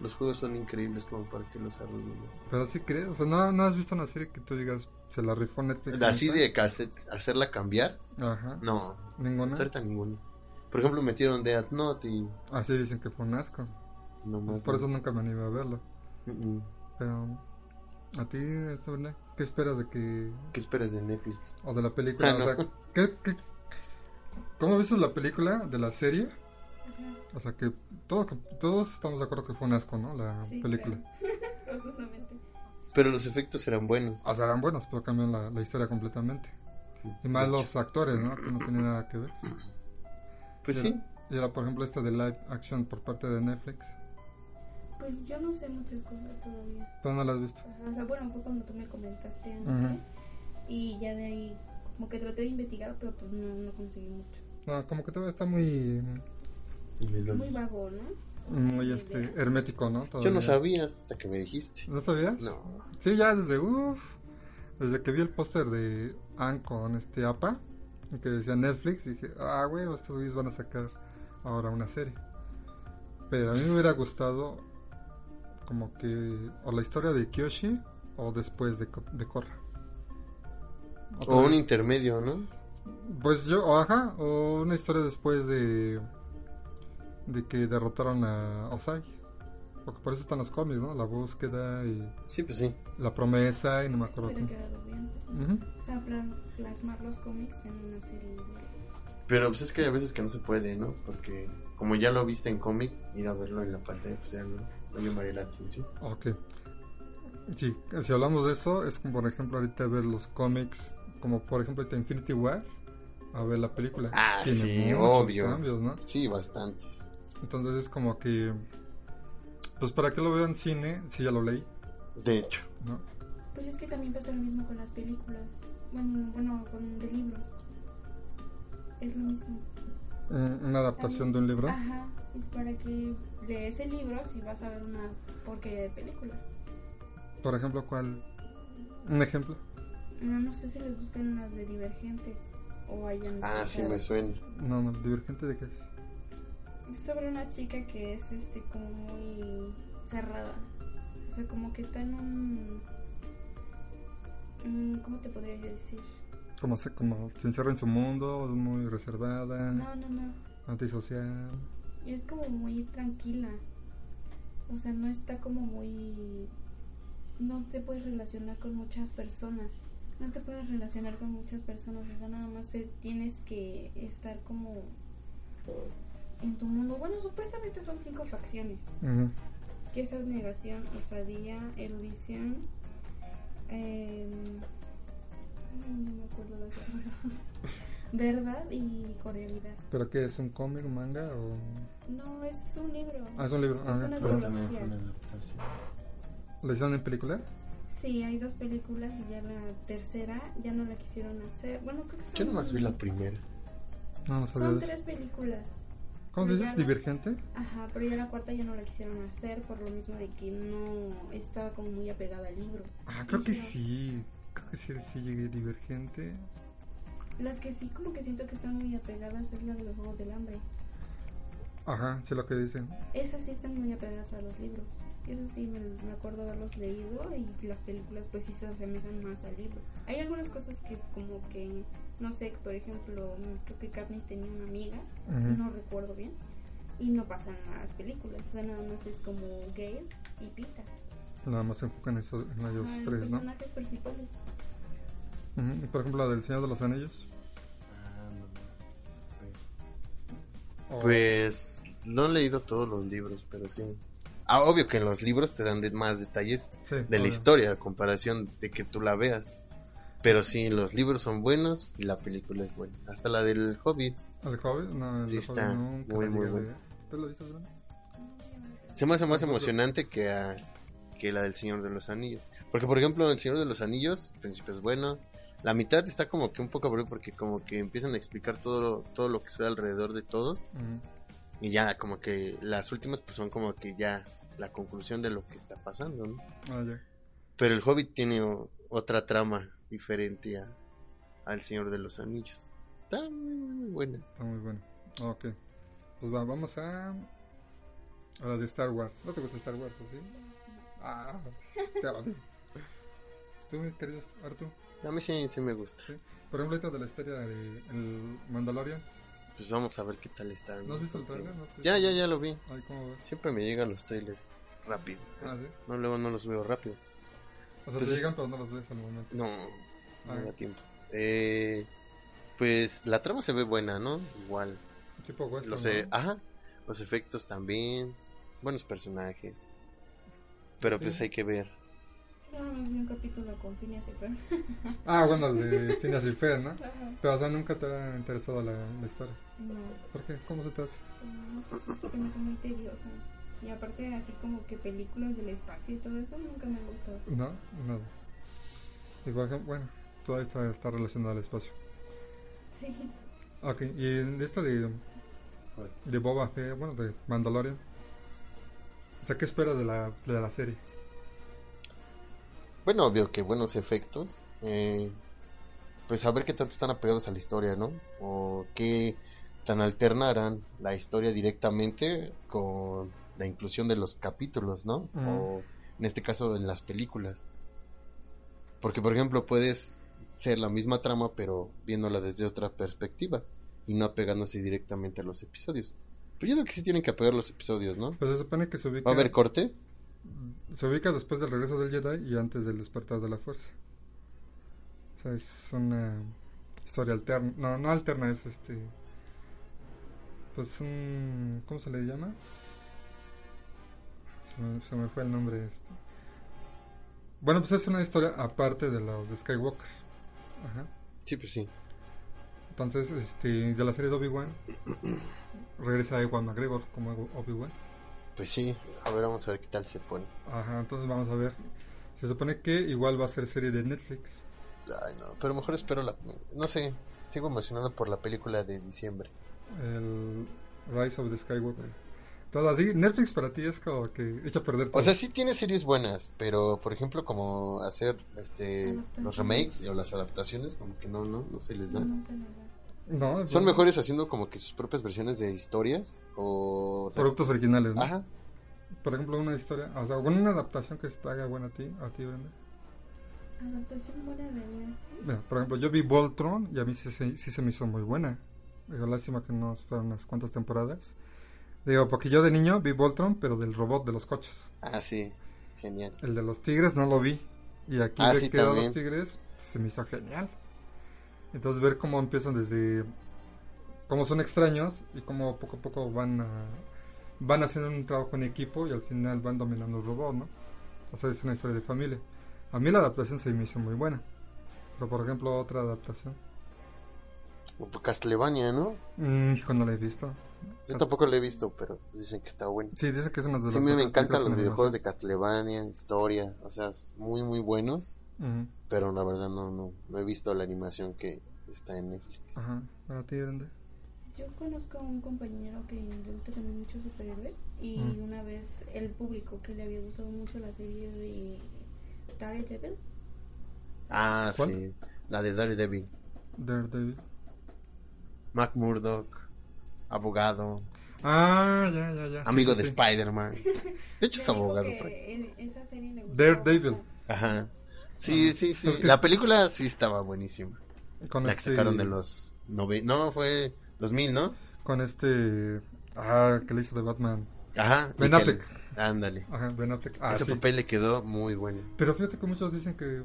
[SPEAKER 2] Los juegos son increíbles como para que los arruinen.
[SPEAKER 1] Pero sí crees, o sea, ¿no, no has visto una serie que tú digas, se la rifó Netflix.
[SPEAKER 2] Así Mm,
[SPEAKER 1] neta?
[SPEAKER 2] de cassette, hacerla cambiar,
[SPEAKER 1] Ajá.
[SPEAKER 2] no,
[SPEAKER 1] Ninguna.
[SPEAKER 2] hasta ahorita ninguna. Por ejemplo, metieron Death Note y
[SPEAKER 1] Así dicen que fue un asco.
[SPEAKER 2] no más.
[SPEAKER 1] Pues, Por
[SPEAKER 2] no.
[SPEAKER 1] eso nunca me animé a verlo.
[SPEAKER 2] Mm, mm.
[SPEAKER 1] Pero, ¿a ti, esta verdad? ¿Qué esperas de que...
[SPEAKER 2] ¿Qué esperas de Netflix?
[SPEAKER 1] o de la película?
[SPEAKER 2] Ah,
[SPEAKER 1] o sea,
[SPEAKER 2] no.
[SPEAKER 1] ¿qué- qué- cómo viste la película de la serie?
[SPEAKER 4] Ajá.
[SPEAKER 1] O sea, que todos, todos estamos de acuerdo que fue un asco, ¿no? La
[SPEAKER 4] Sí,
[SPEAKER 1] Ah, película.
[SPEAKER 4] claro. Rotundamente.
[SPEAKER 2] Pero los efectos eran buenos.
[SPEAKER 1] O sea, eran buenos, pero cambiaron la, la historia completamente. Ah, Y más los actores, ¿no? Que no tienen nada que ver.
[SPEAKER 2] Pues
[SPEAKER 1] y
[SPEAKER 2] sí.
[SPEAKER 1] Era, y era, por ejemplo, esta de live action por parte de Netflix.
[SPEAKER 4] Pues yo no sé muchas cosas todavía.
[SPEAKER 1] ¿Tú no la has visto?
[SPEAKER 4] Ajá, o sea, bueno, fue cuando tú me comentaste antes.
[SPEAKER 1] Ujú.
[SPEAKER 4] Y ya de ahí, como que traté de investigar, pero pues no, no conseguí mucho.
[SPEAKER 1] No, como que todo está muy,
[SPEAKER 4] Muy vago, ¿no?
[SPEAKER 1] muy este, hermético, ¿no?
[SPEAKER 2] Yo no
[SPEAKER 1] Todavía.
[SPEAKER 2] sabía hasta que me dijiste.
[SPEAKER 1] ¿No sabías?
[SPEAKER 2] No.
[SPEAKER 1] Sí, ya desde, uff, desde que vi el póster de Anne con este APA, que decía Netflix, dije, ah, güey, estos güeyes van a sacar ahora una serie. Pero a mí me hubiera gustado como que o la historia de Kyoshi o después de, Co- de Korra. Otra
[SPEAKER 2] O un
[SPEAKER 1] vez.
[SPEAKER 2] intermedio, ¿no?
[SPEAKER 1] Pues yo, o ajá, o una historia después de de que derrotaron a Osai. Porque por eso están los cómics, ¿no? La búsqueda y
[SPEAKER 2] Sí, pues sí.
[SPEAKER 1] la promesa y no me acuerdo
[SPEAKER 4] Espero que
[SPEAKER 1] qué.
[SPEAKER 4] haga bien.
[SPEAKER 1] Ujú.
[SPEAKER 4] O sea, pla- plasmar los cómics en una serie.
[SPEAKER 2] Pero pues es que hay veces que no se puede, ¿no? Porque como ya lo viste en cómic, ir a verlo en la pantalla, pues ya no, no llamaría la atención.
[SPEAKER 1] Ok. Sí, si hablamos de eso, es como por ejemplo ahorita ver los cómics, como por ejemplo de Infinity War, a ver la película.
[SPEAKER 2] Ah, sí, obvio.
[SPEAKER 1] cambios, ¿no?
[SPEAKER 2] Sí, bastantes.
[SPEAKER 1] Entonces es como que, pues para qué lo veo en cine si ya lo leí,
[SPEAKER 2] De hecho.
[SPEAKER 1] ¿no?
[SPEAKER 4] Pues es que también pasa lo mismo con las películas. Bueno, bueno, con de libros. Es lo mismo.
[SPEAKER 1] Un- Una adaptación de un libro.
[SPEAKER 4] Ajá, es para que lees el libro si vas a ver una porquería de película.
[SPEAKER 1] Por ejemplo, ¿cuál? Un ejemplo.
[SPEAKER 4] No, no sé si les gustan las de Divergente o hayan
[SPEAKER 2] Ah, sí
[SPEAKER 4] escuchado.
[SPEAKER 2] me suena.
[SPEAKER 1] No, no, divergente de qué es.
[SPEAKER 4] Es sobre una chica que es este como muy cerrada. O sea, como que está en un... un- ¿Cómo te podría yo decir?
[SPEAKER 1] Como se, como se encierra en su mundo, es muy reservada,
[SPEAKER 4] No, no, no.
[SPEAKER 1] antisocial.
[SPEAKER 4] Es como muy tranquila. O sea, no está como muy... No te puedes relacionar con muchas personas. No te puedes relacionar con muchas personas. O sea, nada más eh, tienes que estar como en tu mundo. Bueno, supuestamente son cinco facciones.
[SPEAKER 1] Ujú.
[SPEAKER 4] que es negación, osadía, erudición. eh, ay, no me acuerdo la otra. Verdad y cordialidad.
[SPEAKER 1] ¿Pero qué es? ¿Un cómic, un manga o...?
[SPEAKER 4] No, es un libro.
[SPEAKER 1] Ah, es un libro. Ah,
[SPEAKER 4] Es una
[SPEAKER 1] pero-
[SPEAKER 4] novela. también fue una
[SPEAKER 2] adaptación.
[SPEAKER 1] ¿Lo hicieron en película?
[SPEAKER 4] Sí, hay dos películas y ya la tercera ya no la quisieron hacer. Bueno, creo que son.
[SPEAKER 2] Yo nomás vi la primera.
[SPEAKER 1] No, no sabía
[SPEAKER 4] Son
[SPEAKER 1] de
[SPEAKER 4] tres
[SPEAKER 1] eso.
[SPEAKER 4] películas.
[SPEAKER 1] ¿Cómo dices?
[SPEAKER 4] Brillada.
[SPEAKER 1] ¿Divergente?
[SPEAKER 4] Ajá, pero ya la cuarta ya no la quisieron hacer por lo mismo de que no estaba como muy apegada al libro.
[SPEAKER 1] Ah, creo que
[SPEAKER 4] Dijeron,
[SPEAKER 1] sí. Creo que sí, sí llegué divergente.
[SPEAKER 4] Las que sí como que siento que están muy apegadas es las de los Juegos del Hambre.
[SPEAKER 1] Ajá, sé lo que dicen.
[SPEAKER 4] Esas sí están muy apegadas a los libros. Esas sí me, me acuerdo haberlos leído y las películas pues sí se asemejan más al libro. Hay algunas cosas que como que, no sé, por ejemplo, mm, creo que Katniss tenía una amiga,
[SPEAKER 1] Ujú.
[SPEAKER 4] no recuerdo bien, y no pasan en las películas. O sea, nada más es como Gale y Pita.
[SPEAKER 1] Nada más se enfocan en, eso, en ellos
[SPEAKER 4] Ajá, los
[SPEAKER 1] Ah, tres, ¿no?
[SPEAKER 4] personajes principales.
[SPEAKER 1] Ujú, y Por ejemplo, la del Señor de los Anillos.
[SPEAKER 2] Ah, no.
[SPEAKER 1] O-
[SPEAKER 2] Pues no he leído todos los libros, pero sí. Ah, obvio que en los libros te dan de- más detalles
[SPEAKER 1] sí,
[SPEAKER 2] de la
[SPEAKER 1] obvio.
[SPEAKER 2] historia a comparación de que tú la veas. Pero sí, los libros son buenos y la película es buena. Hasta la del Hobbit.
[SPEAKER 1] ¿El Hobbit? No, el
[SPEAKER 2] Sí
[SPEAKER 1] Hobbit
[SPEAKER 2] está
[SPEAKER 1] nunca
[SPEAKER 2] muy,
[SPEAKER 1] la
[SPEAKER 2] muy
[SPEAKER 1] llegué a
[SPEAKER 2] bueno.
[SPEAKER 1] ver. ¿Tú lo viste, Bruno?
[SPEAKER 2] Se me hace más emocionante que, a- que la del Señor de los Anillos. Porque, por ejemplo, el Señor de los Anillos, el principio es bueno. La mitad está como que un poco aburrido porque como que empiezan a explicar todo lo, todo lo que sucede alrededor de todos.
[SPEAKER 1] Ujú.
[SPEAKER 2] Y ya como que las últimas pues, son como que ya la conclusión de lo que está pasando. ¿no?
[SPEAKER 1] Ah, ya.
[SPEAKER 2] Pero el Hobbit tiene o- otra trama diferente a, al Señor de los Anillos. Está muy, muy buena.
[SPEAKER 1] Está muy bueno. Ah, Ok. Pues va, vamos a... A la de Star Wars. ¿No te gusta Star Wars, o sí? Ah, te odio. ¿Tú, mi querido Artu?
[SPEAKER 2] A mí sí, sí me gusta.
[SPEAKER 1] Por ejemplo, ahorita de la historia de el Mandalorian.
[SPEAKER 2] Pues vamos a ver qué tal está.
[SPEAKER 1] ¿No has visto el trailer? ¿No has visto?
[SPEAKER 2] Ya, ya, ya lo vi.
[SPEAKER 1] Ay, ¿cómo ves?
[SPEAKER 2] Siempre me llegan los trailers rápido.
[SPEAKER 1] Ah, sí.
[SPEAKER 2] No, luego no los veo rápido.
[SPEAKER 1] O sea,
[SPEAKER 2] Pues-
[SPEAKER 1] te llegan, pero no los ves al momento.
[SPEAKER 2] No,
[SPEAKER 1] Ah.
[SPEAKER 2] no da tiempo. Eh, pues la trama se ve buena, ¿no? Igual.
[SPEAKER 1] Tipo western.
[SPEAKER 2] Los, eh,
[SPEAKER 1] ¿no?
[SPEAKER 2] ajá, los efectos también. Buenos personajes. Pero
[SPEAKER 1] Sí.
[SPEAKER 2] pues hay que ver.
[SPEAKER 4] Yo nada más vi un capítulo con Phineas y Ferb.
[SPEAKER 1] Ah, bueno, el de Phineas y Fer, ¿no?
[SPEAKER 4] Ajá.
[SPEAKER 1] Pero, o sea, nunca te ha interesado la, la historia.
[SPEAKER 4] No,
[SPEAKER 1] ¿Por qué? ¿Cómo se te hace?
[SPEAKER 4] no, se me hace muy tediosa. Y aparte, así como que películas del espacio y todo eso nunca me han gustado.
[SPEAKER 1] No, nada. Igual que, bueno, todo esto está relacionado al espacio.
[SPEAKER 4] Sí,
[SPEAKER 1] Ok, y en esto de,
[SPEAKER 2] ¿Cuál?
[SPEAKER 1] de Boba Fett, bueno, de Mandalorian. O sea, ¿qué esperas de la, de la serie?
[SPEAKER 2] Bueno, obvio que buenos efectos. eh, pues a ver qué tanto están apegados a la historia, ¿no? O qué tan alternarán la historia directamente con la inclusión de los capítulos, ¿no?
[SPEAKER 1] Mm.
[SPEAKER 2] O en este caso en las películas. Porque, por ejemplo, puedes ser la misma trama, pero viéndola desde otra perspectiva y no apegándose directamente a los episodios. Pero yo creo que sí tienen que apegar los episodios, ¿no?
[SPEAKER 1] Pues se supone que se ubica,
[SPEAKER 2] ¿Va a haber cortes?
[SPEAKER 1] se ubica después del regreso del Jedi y antes del despertar de la fuerza. O sea, es una historia alterna. No, no alterna, es este. Pues un. ¿Cómo se le llama? Se me, se me fue el nombre. Este. Bueno, pues es una historia aparte de los de Skywalker. Ajá.
[SPEAKER 2] Sí, pues sí.
[SPEAKER 1] Entonces, este, de la serie de Obi-Wan, regresa Ewan McGregor como Obi-Wan.
[SPEAKER 2] Pues sí. A ver, vamos a ver qué tal se pone.
[SPEAKER 1] Ajá, entonces vamos a ver. Se supone que igual va a ser serie de Netflix.
[SPEAKER 2] Ay, no, pero mejor espero la... No sé, sigo emocionado por la película de diciembre.
[SPEAKER 1] El Rise of the Skywalker. Entonces, así, Netflix para ti es como que echa a perder todo.
[SPEAKER 2] O sea, sí tiene series buenas, pero por ejemplo como hacer este los remakes o las adaptaciones, como que no, no, no se les da.
[SPEAKER 4] no se me da.
[SPEAKER 1] no,
[SPEAKER 2] Son
[SPEAKER 1] no.
[SPEAKER 2] mejores haciendo como que sus propias versiones de historias o... o sea,
[SPEAKER 1] productos originales, ¿no?
[SPEAKER 2] Ajá.
[SPEAKER 1] Por ejemplo, una historia, o sea, bueno, una adaptación que se haga buena a ti, a ti, Brenda.
[SPEAKER 4] Adaptación buena de mí.
[SPEAKER 1] Mira, por ejemplo, yo vi Voltron y a mí sí, se- sí se me hizo muy buena. Digo, lástima que no fueron unas cuantas temporadas. Digo, porque yo de niño vi Voltron, pero del robot de los coches.
[SPEAKER 2] Ah, sí. Genial.
[SPEAKER 1] El de los tigres no lo vi. Y aquí
[SPEAKER 2] Ah,
[SPEAKER 1] ver
[SPEAKER 2] sí,
[SPEAKER 1] que era
[SPEAKER 2] también.
[SPEAKER 1] los tigres pues, se me hizo genial. Entonces ver cómo empiezan desde... cómo son extraños y cómo poco a poco van a- van haciendo un trabajo en equipo y al final van dominando el robot, ¿no? O sea, es una historia de familia. A mí la adaptación se me hizo muy buena. Pero por ejemplo otra adaptación.
[SPEAKER 2] O por Castlevania, ¿no?
[SPEAKER 1] Mm, hijo, no la he visto.
[SPEAKER 2] Yo tampoco lo he visto, pero dicen que está bueno.
[SPEAKER 1] Sí, dice que es una de las...
[SPEAKER 2] Sí, me, me
[SPEAKER 1] mejores
[SPEAKER 2] encantan
[SPEAKER 1] películas
[SPEAKER 2] los
[SPEAKER 1] en
[SPEAKER 2] videojuegos de
[SPEAKER 1] animación.
[SPEAKER 2] Castlevania, historia, o sea, es muy, muy buenos.
[SPEAKER 1] Ujú.
[SPEAKER 2] pero la verdad no, no, no he visto la animación que está en Netflix.
[SPEAKER 1] Ajá. ¿A ti, Brenda?
[SPEAKER 4] Yo conozco a un compañero que le gusta también mucho superhéroes y
[SPEAKER 1] Mm.
[SPEAKER 4] una vez el público que le había gustado mucho la serie de Daredevil,
[SPEAKER 2] Ah,
[SPEAKER 1] ¿Cuál?
[SPEAKER 2] sí, la de Daredevil,
[SPEAKER 1] Daredevil.
[SPEAKER 2] Mac Murdock, abogado,
[SPEAKER 1] Ah, ya, ya, ya. Sí,
[SPEAKER 2] amigo
[SPEAKER 1] sí,
[SPEAKER 2] de
[SPEAKER 1] sí.
[SPEAKER 2] Spider-man. De hecho es
[SPEAKER 4] le dijo
[SPEAKER 2] abogado.
[SPEAKER 4] que
[SPEAKER 2] prácticamente.
[SPEAKER 4] en esa serie le gustó
[SPEAKER 1] Daredevil.
[SPEAKER 2] Ajá. Sí,
[SPEAKER 1] Ah.
[SPEAKER 2] sí, sí.
[SPEAKER 1] Es que-
[SPEAKER 2] La película sí estaba buenísima.
[SPEAKER 1] Con este
[SPEAKER 2] La que sacaron de los nove... No, fue 2000, ¿no?
[SPEAKER 1] Con este. Ah, que le hizo de Batman.
[SPEAKER 2] Ajá. y
[SPEAKER 1] Ben
[SPEAKER 2] que
[SPEAKER 1] Affleck.
[SPEAKER 2] le- Ándale.
[SPEAKER 1] Ajá, Ben Affleck. Ah,
[SPEAKER 2] Ese
[SPEAKER 1] sí.
[SPEAKER 2] papel le quedó muy bueno.
[SPEAKER 1] Pero fíjate que muchos dicen que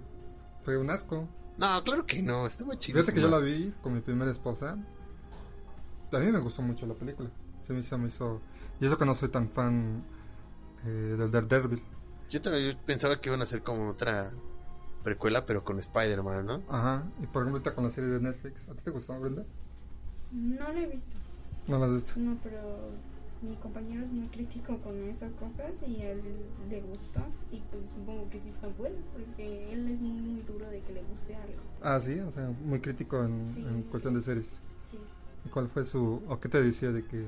[SPEAKER 1] fue un asco.
[SPEAKER 2] No, claro que no, estuvo chido.
[SPEAKER 1] Fíjate que yo la vi con mi primera esposa. A mí me gustó mucho la película. Se me hizo. Me hizo... Y eso que no soy tan fan eh, del Daredevil.
[SPEAKER 2] Yo también pensaba que iban a hacer como otra precuela, pero con Spider-Man, ¿no?
[SPEAKER 1] Ajá. Y por ejemplo, ahorita con la serie de Netflix. ¿A ti te gustó, Brenda?
[SPEAKER 4] No lo he visto,
[SPEAKER 1] No las has visto.
[SPEAKER 4] no, pero mi compañero es muy crítico con esas cosas y a él le gustó y pues supongo que sí está bueno porque él es muy, muy duro de que le guste algo.
[SPEAKER 1] Ah, sí. O sea, muy crítico en,
[SPEAKER 4] Sí.
[SPEAKER 1] en cuestión de series.
[SPEAKER 4] Sí.
[SPEAKER 1] ¿Y cuál fue su. o qué te decía de que.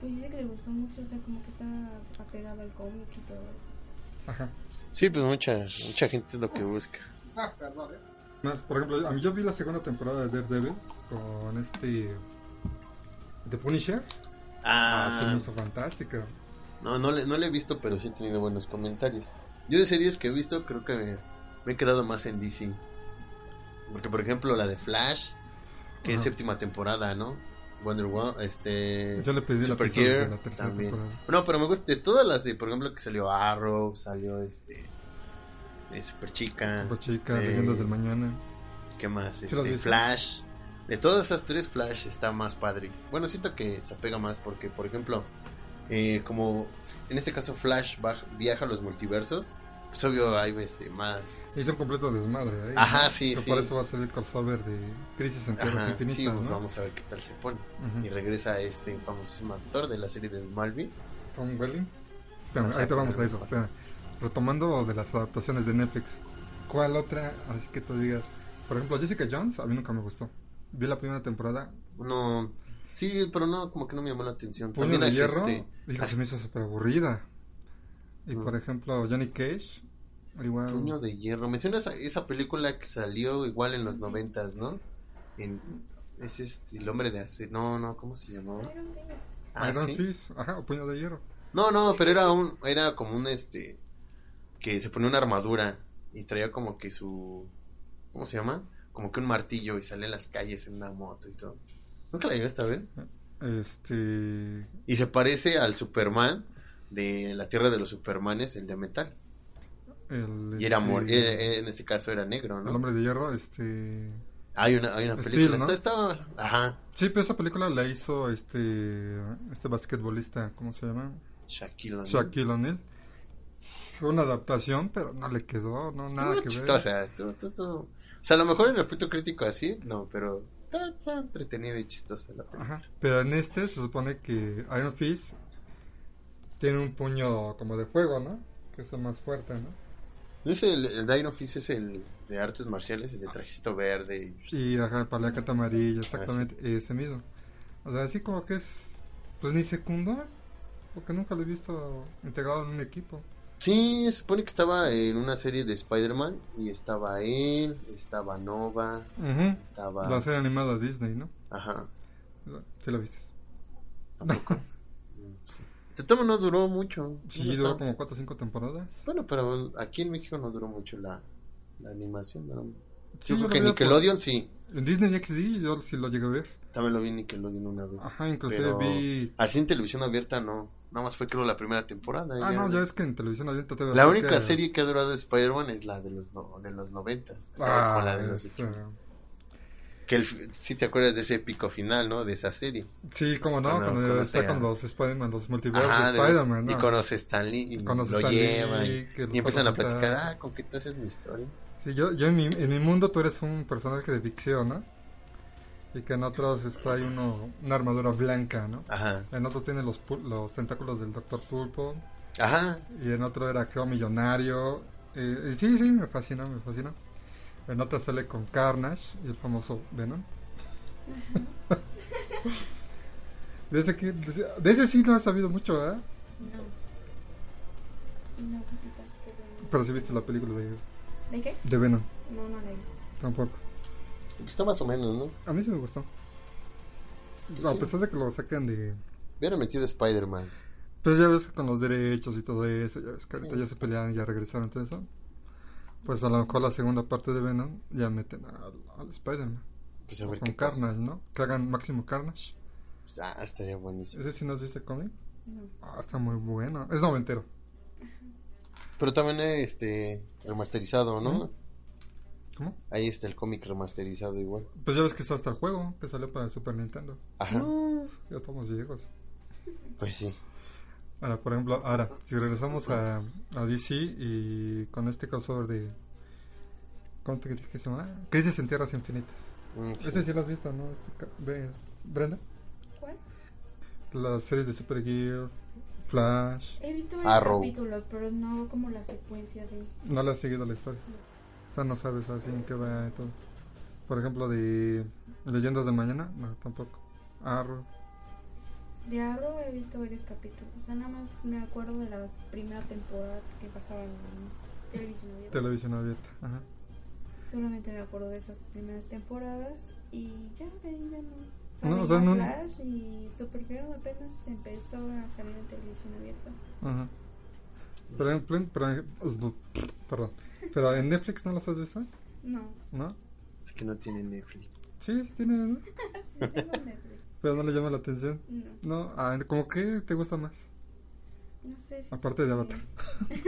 [SPEAKER 4] Pues dice que le gustó mucho, o sea, como que está apegado al cómic y todo eso.
[SPEAKER 1] Ajá.
[SPEAKER 2] Sí, pues mucha, mucha gente es lo que busca.
[SPEAKER 1] Ah, perdón, ¿eh? Más, por ejemplo, a mí yo vi la segunda temporada de Daredevil con este. The Punisher. Ah, se me hizo fantástica.
[SPEAKER 2] no, no le, no le he visto, pero sí he tenido buenos comentarios. Yo de series que he visto, creo que me, me he quedado más en DC. Porque, por ejemplo, la de Flash, que es
[SPEAKER 1] Ajá.
[SPEAKER 2] séptima temporada, ¿no? Wonder Woman, este.
[SPEAKER 1] Yo le pedí la
[SPEAKER 2] Supergirl
[SPEAKER 1] pista de la tercera
[SPEAKER 2] también.
[SPEAKER 1] temporada.
[SPEAKER 2] No, pero me gusta de todas las de, por ejemplo, que salió Arrow, salió este. Super Chica.
[SPEAKER 1] Super chica, leyendas del mañana.
[SPEAKER 2] ¿Qué más?
[SPEAKER 1] ¿Sí lo has
[SPEAKER 2] Este,
[SPEAKER 1] visto?
[SPEAKER 2] Flash. De todas esas tres, Flash está más padre. Bueno, siento que se apega más porque, por ejemplo, eh, como en este caso Flash va- viaja a los multiversos, pues pues obvio hay este, más.
[SPEAKER 1] Hizo un completo desmadre. ¿eh?
[SPEAKER 2] Ajá, sí,
[SPEAKER 1] Que
[SPEAKER 2] sí.
[SPEAKER 1] Por eso va a ser el crossover de Crisis en Tierras
[SPEAKER 2] Ajá,
[SPEAKER 1] Infinitas,
[SPEAKER 2] sí, pues
[SPEAKER 1] ¿no?
[SPEAKER 2] vamos a ver qué tal se pone.
[SPEAKER 1] Ujú.
[SPEAKER 2] Y regresa este famosísimo actor de la serie de Smallville.
[SPEAKER 1] Tom Welling. Espérame,
[SPEAKER 2] No sé,
[SPEAKER 1] ahorita vamos a
[SPEAKER 2] pero-
[SPEAKER 1] eso. espérame. Retomando de las adaptaciones de Netflix, ¿cuál otra? Así que tú digas. Por ejemplo, Jessica Jones, a mí nunca me gustó. Vi la primera temporada,
[SPEAKER 2] No, sí, pero no, como que no me llamó la atención.
[SPEAKER 1] Puño de
[SPEAKER 2] hay,
[SPEAKER 1] Hierro,
[SPEAKER 2] este,
[SPEAKER 1] digo, se me hizo súper aburrida. Y
[SPEAKER 2] Mm.
[SPEAKER 1] por ejemplo, Johnny Cage, igual.
[SPEAKER 2] Puño de Hierro. Mencionas a- esa película que salió igual en los noventas, ¿no? En, es este, el hombre de acero. No, no, ¿cómo se llamaba?
[SPEAKER 4] Iron Fist.
[SPEAKER 2] Ah,
[SPEAKER 1] Iron
[SPEAKER 2] sí.
[SPEAKER 1] Fist, ajá, o Puño de Hierro.
[SPEAKER 2] No, no, pero era un, era como un este, que se ponía una armadura y traía como que su, ¿cómo se llama? Como que un martillo y sale en las calles en una moto y todo. Nunca la llegaste a ver.
[SPEAKER 1] Este.
[SPEAKER 2] Y se parece al Superman de la Tierra de los Supermanes, el de metal.
[SPEAKER 1] El,
[SPEAKER 2] Y era, mor-
[SPEAKER 1] este,
[SPEAKER 2] era- era- en este caso era negro,
[SPEAKER 1] El
[SPEAKER 2] ¿no?
[SPEAKER 1] Hombre de Hierro, este.
[SPEAKER 2] Hay una, hay una
[SPEAKER 1] Steel,
[SPEAKER 2] película.
[SPEAKER 1] ¿no?
[SPEAKER 2] Está, está- ajá.
[SPEAKER 1] Sí, pero esa película la hizo este. Este basquetbolista, ¿cómo se llama?
[SPEAKER 2] Shaquille O'Neal.
[SPEAKER 1] Shaquille O'Neal. Fue una adaptación, pero no le quedó, no,
[SPEAKER 2] Estuvo
[SPEAKER 1] nada que ver.
[SPEAKER 2] chistosa, estuvo- estuvo- estuvo- O sea, a lo mejor en el punto crítico así, no, pero está, está entretenida y chistosa la película.
[SPEAKER 1] Ajá. Pero en este se supone que Iron Fist tiene un puño como de fuego, ¿no? Que es el más fuerte, ¿no?
[SPEAKER 2] Es el, el Dino Fist es el de artes marciales, el de trajecito verde. y-
[SPEAKER 1] Y ajá, paliacate amarilla,
[SPEAKER 2] Ah,
[SPEAKER 1] exactamente ese mismo. O sea, así como que es, pues ni secundar, porque nunca lo he visto integrado en un equipo.
[SPEAKER 2] Sí, se supone que estaba en una serie de Spider-Man y estaba él, estaba Nova,
[SPEAKER 1] Ujú.
[SPEAKER 2] estaba...
[SPEAKER 1] La serie animada Disney, ¿no?
[SPEAKER 2] Ajá.
[SPEAKER 1] Sí la viste.
[SPEAKER 2] Mm, sí. De todo modo, no duró mucho.
[SPEAKER 1] Sí,
[SPEAKER 2] No
[SPEAKER 1] duró
[SPEAKER 2] está-
[SPEAKER 1] como 4 o 5 temporadas.
[SPEAKER 2] Bueno, pero aquí en México no duró mucho la, la animación. ¿no?
[SPEAKER 1] Sí,
[SPEAKER 2] Yo
[SPEAKER 1] lo
[SPEAKER 2] creo
[SPEAKER 1] vi
[SPEAKER 2] que
[SPEAKER 1] por-
[SPEAKER 2] Nickelodeon sí.
[SPEAKER 1] En Disney XD yo sí lo llegué a ver.
[SPEAKER 2] También lo vi en Nickelodeon una vez.
[SPEAKER 1] Ajá, inclusive vi...
[SPEAKER 2] Así en televisión abierta no. Nada más fue creo la primera temporada.
[SPEAKER 1] Ah, no, ya es que en televisión abierta te
[SPEAKER 2] La única serie que ha durado de Spider-Man es la de los, no- de los 90.
[SPEAKER 1] Ah,
[SPEAKER 2] con la de los
[SPEAKER 1] esa.
[SPEAKER 2] 80. Que si te acuerdas de ese épico final, ¿no? De esa serie.
[SPEAKER 1] Sí, como no,
[SPEAKER 2] Cuando
[SPEAKER 1] cuando
[SPEAKER 2] conoce
[SPEAKER 1] está
[SPEAKER 2] a-
[SPEAKER 1] con los Spider-Man, los multiversos
[SPEAKER 2] Ajá,
[SPEAKER 1] de
[SPEAKER 2] de los-
[SPEAKER 1] Spider-man,
[SPEAKER 2] y
[SPEAKER 1] ¿no?
[SPEAKER 2] conoce a Stan Lee y
[SPEAKER 1] Conoce a
[SPEAKER 2] lo
[SPEAKER 1] Stan Lee,
[SPEAKER 2] lleva. y-
[SPEAKER 1] que
[SPEAKER 2] y
[SPEAKER 1] los
[SPEAKER 2] empiezan a
[SPEAKER 1] conecta.
[SPEAKER 2] platicar, ah, ¿con qué tú haces mi historia?
[SPEAKER 1] Sí, yo, yo en, mi, en mi mundo tú eres un personaje de ficción, ¿no? Y que en otros está hay uno, una armadura blanca, ¿no?
[SPEAKER 2] Ajá.
[SPEAKER 1] En otro tiene los, pul- los tentáculos del Doctor Pulpo.
[SPEAKER 2] Ajá.
[SPEAKER 1] Y en otro era, creo, millonario. Eh, y sí, sí, me fascina, me fascina. En otra sale con Carnage y el famoso Venom. de, ese que, de ese- de ese sí no he sabido mucho, ¿eh? ¿verdad?
[SPEAKER 4] No. No, poquito, pero-
[SPEAKER 1] Pero sí viste la película de,
[SPEAKER 4] ¿De qué?
[SPEAKER 1] de Venom,
[SPEAKER 4] No, no la he visto.
[SPEAKER 1] tampoco.
[SPEAKER 2] Pues Está más o menos, ¿no?
[SPEAKER 1] A mí sí me gustó. A pesar de que lo sacan de...
[SPEAKER 2] Hubiera metido a Spider-Man.
[SPEAKER 1] Pues ya ves con los derechos y todo eso, ya ves que ahorita
[SPEAKER 2] Sí.
[SPEAKER 1] ya se pelearon, ya regresaron todo eso. Pues a lo mejor la segunda parte de Venom ya meten al, al Spider-Man.
[SPEAKER 2] Pues a ver
[SPEAKER 1] Con
[SPEAKER 2] qué pasa.
[SPEAKER 1] Carnage, ¿no? Que hagan Máximo Carnage.
[SPEAKER 2] Pues, Ah, estaría buenísimo.
[SPEAKER 1] Ese sí nos viste cómic.
[SPEAKER 4] No.
[SPEAKER 1] Ah, está muy bueno. Es noventero.
[SPEAKER 2] Pero también este remasterizado, ¿no?
[SPEAKER 1] ¿Cómo?
[SPEAKER 2] Ahí está el cómic remasterizado igual.
[SPEAKER 1] Pues ya ves que está hasta el juego que salió para el Super Nintendo.
[SPEAKER 2] Ajá.
[SPEAKER 1] Ya estamos viejos.
[SPEAKER 2] Pues sí.
[SPEAKER 1] Ahora, por ejemplo, ahora, si regresamos a, a DC y con este crossover de. ¿Cómo te dije que se llama? Crisis en Tierras Infinitas.
[SPEAKER 2] Mm, sí.
[SPEAKER 1] Este sí lo has visto, ¿no? Este ca- ¿Ves? Brenda.
[SPEAKER 4] ¿Cuál?
[SPEAKER 1] La serie de Super Gear, Flash.
[SPEAKER 4] He visto varios
[SPEAKER 2] Arrow.
[SPEAKER 4] capítulos, pero no como la secuencia de.
[SPEAKER 1] No le has seguido la historia. O sea, no sabes así en qué va y todo. Por ejemplo, de Leyendas de Mañana, no, tampoco. Arrow.
[SPEAKER 4] De Arrow he visto varios capítulos. O sea, nada más me acuerdo de la primera temporada que pasaba en televisión. abierta.
[SPEAKER 1] Televisión abierta. Ajá.
[SPEAKER 4] Solamente me acuerdo de esas primeras temporadas y ya, de ahí ya no. O sea,
[SPEAKER 1] No,
[SPEAKER 4] vi
[SPEAKER 1] o sea, no-
[SPEAKER 4] Flash y Supergirl apenas empezó a salir en televisión abierta.
[SPEAKER 1] Ajá. Pero en, plan- pero en- perdón. Pero en Netflix no las has visto,
[SPEAKER 4] No,
[SPEAKER 1] ¿no?
[SPEAKER 2] Así que no tiene Netflix.
[SPEAKER 1] Sí, sí tiene, ¿no?
[SPEAKER 4] sí tengo Netflix.
[SPEAKER 1] pero no le llama la atención.
[SPEAKER 4] No,
[SPEAKER 1] No, ah, ¿cómo que te gusta más?
[SPEAKER 4] no sé. si-
[SPEAKER 1] Aparte de Avatar.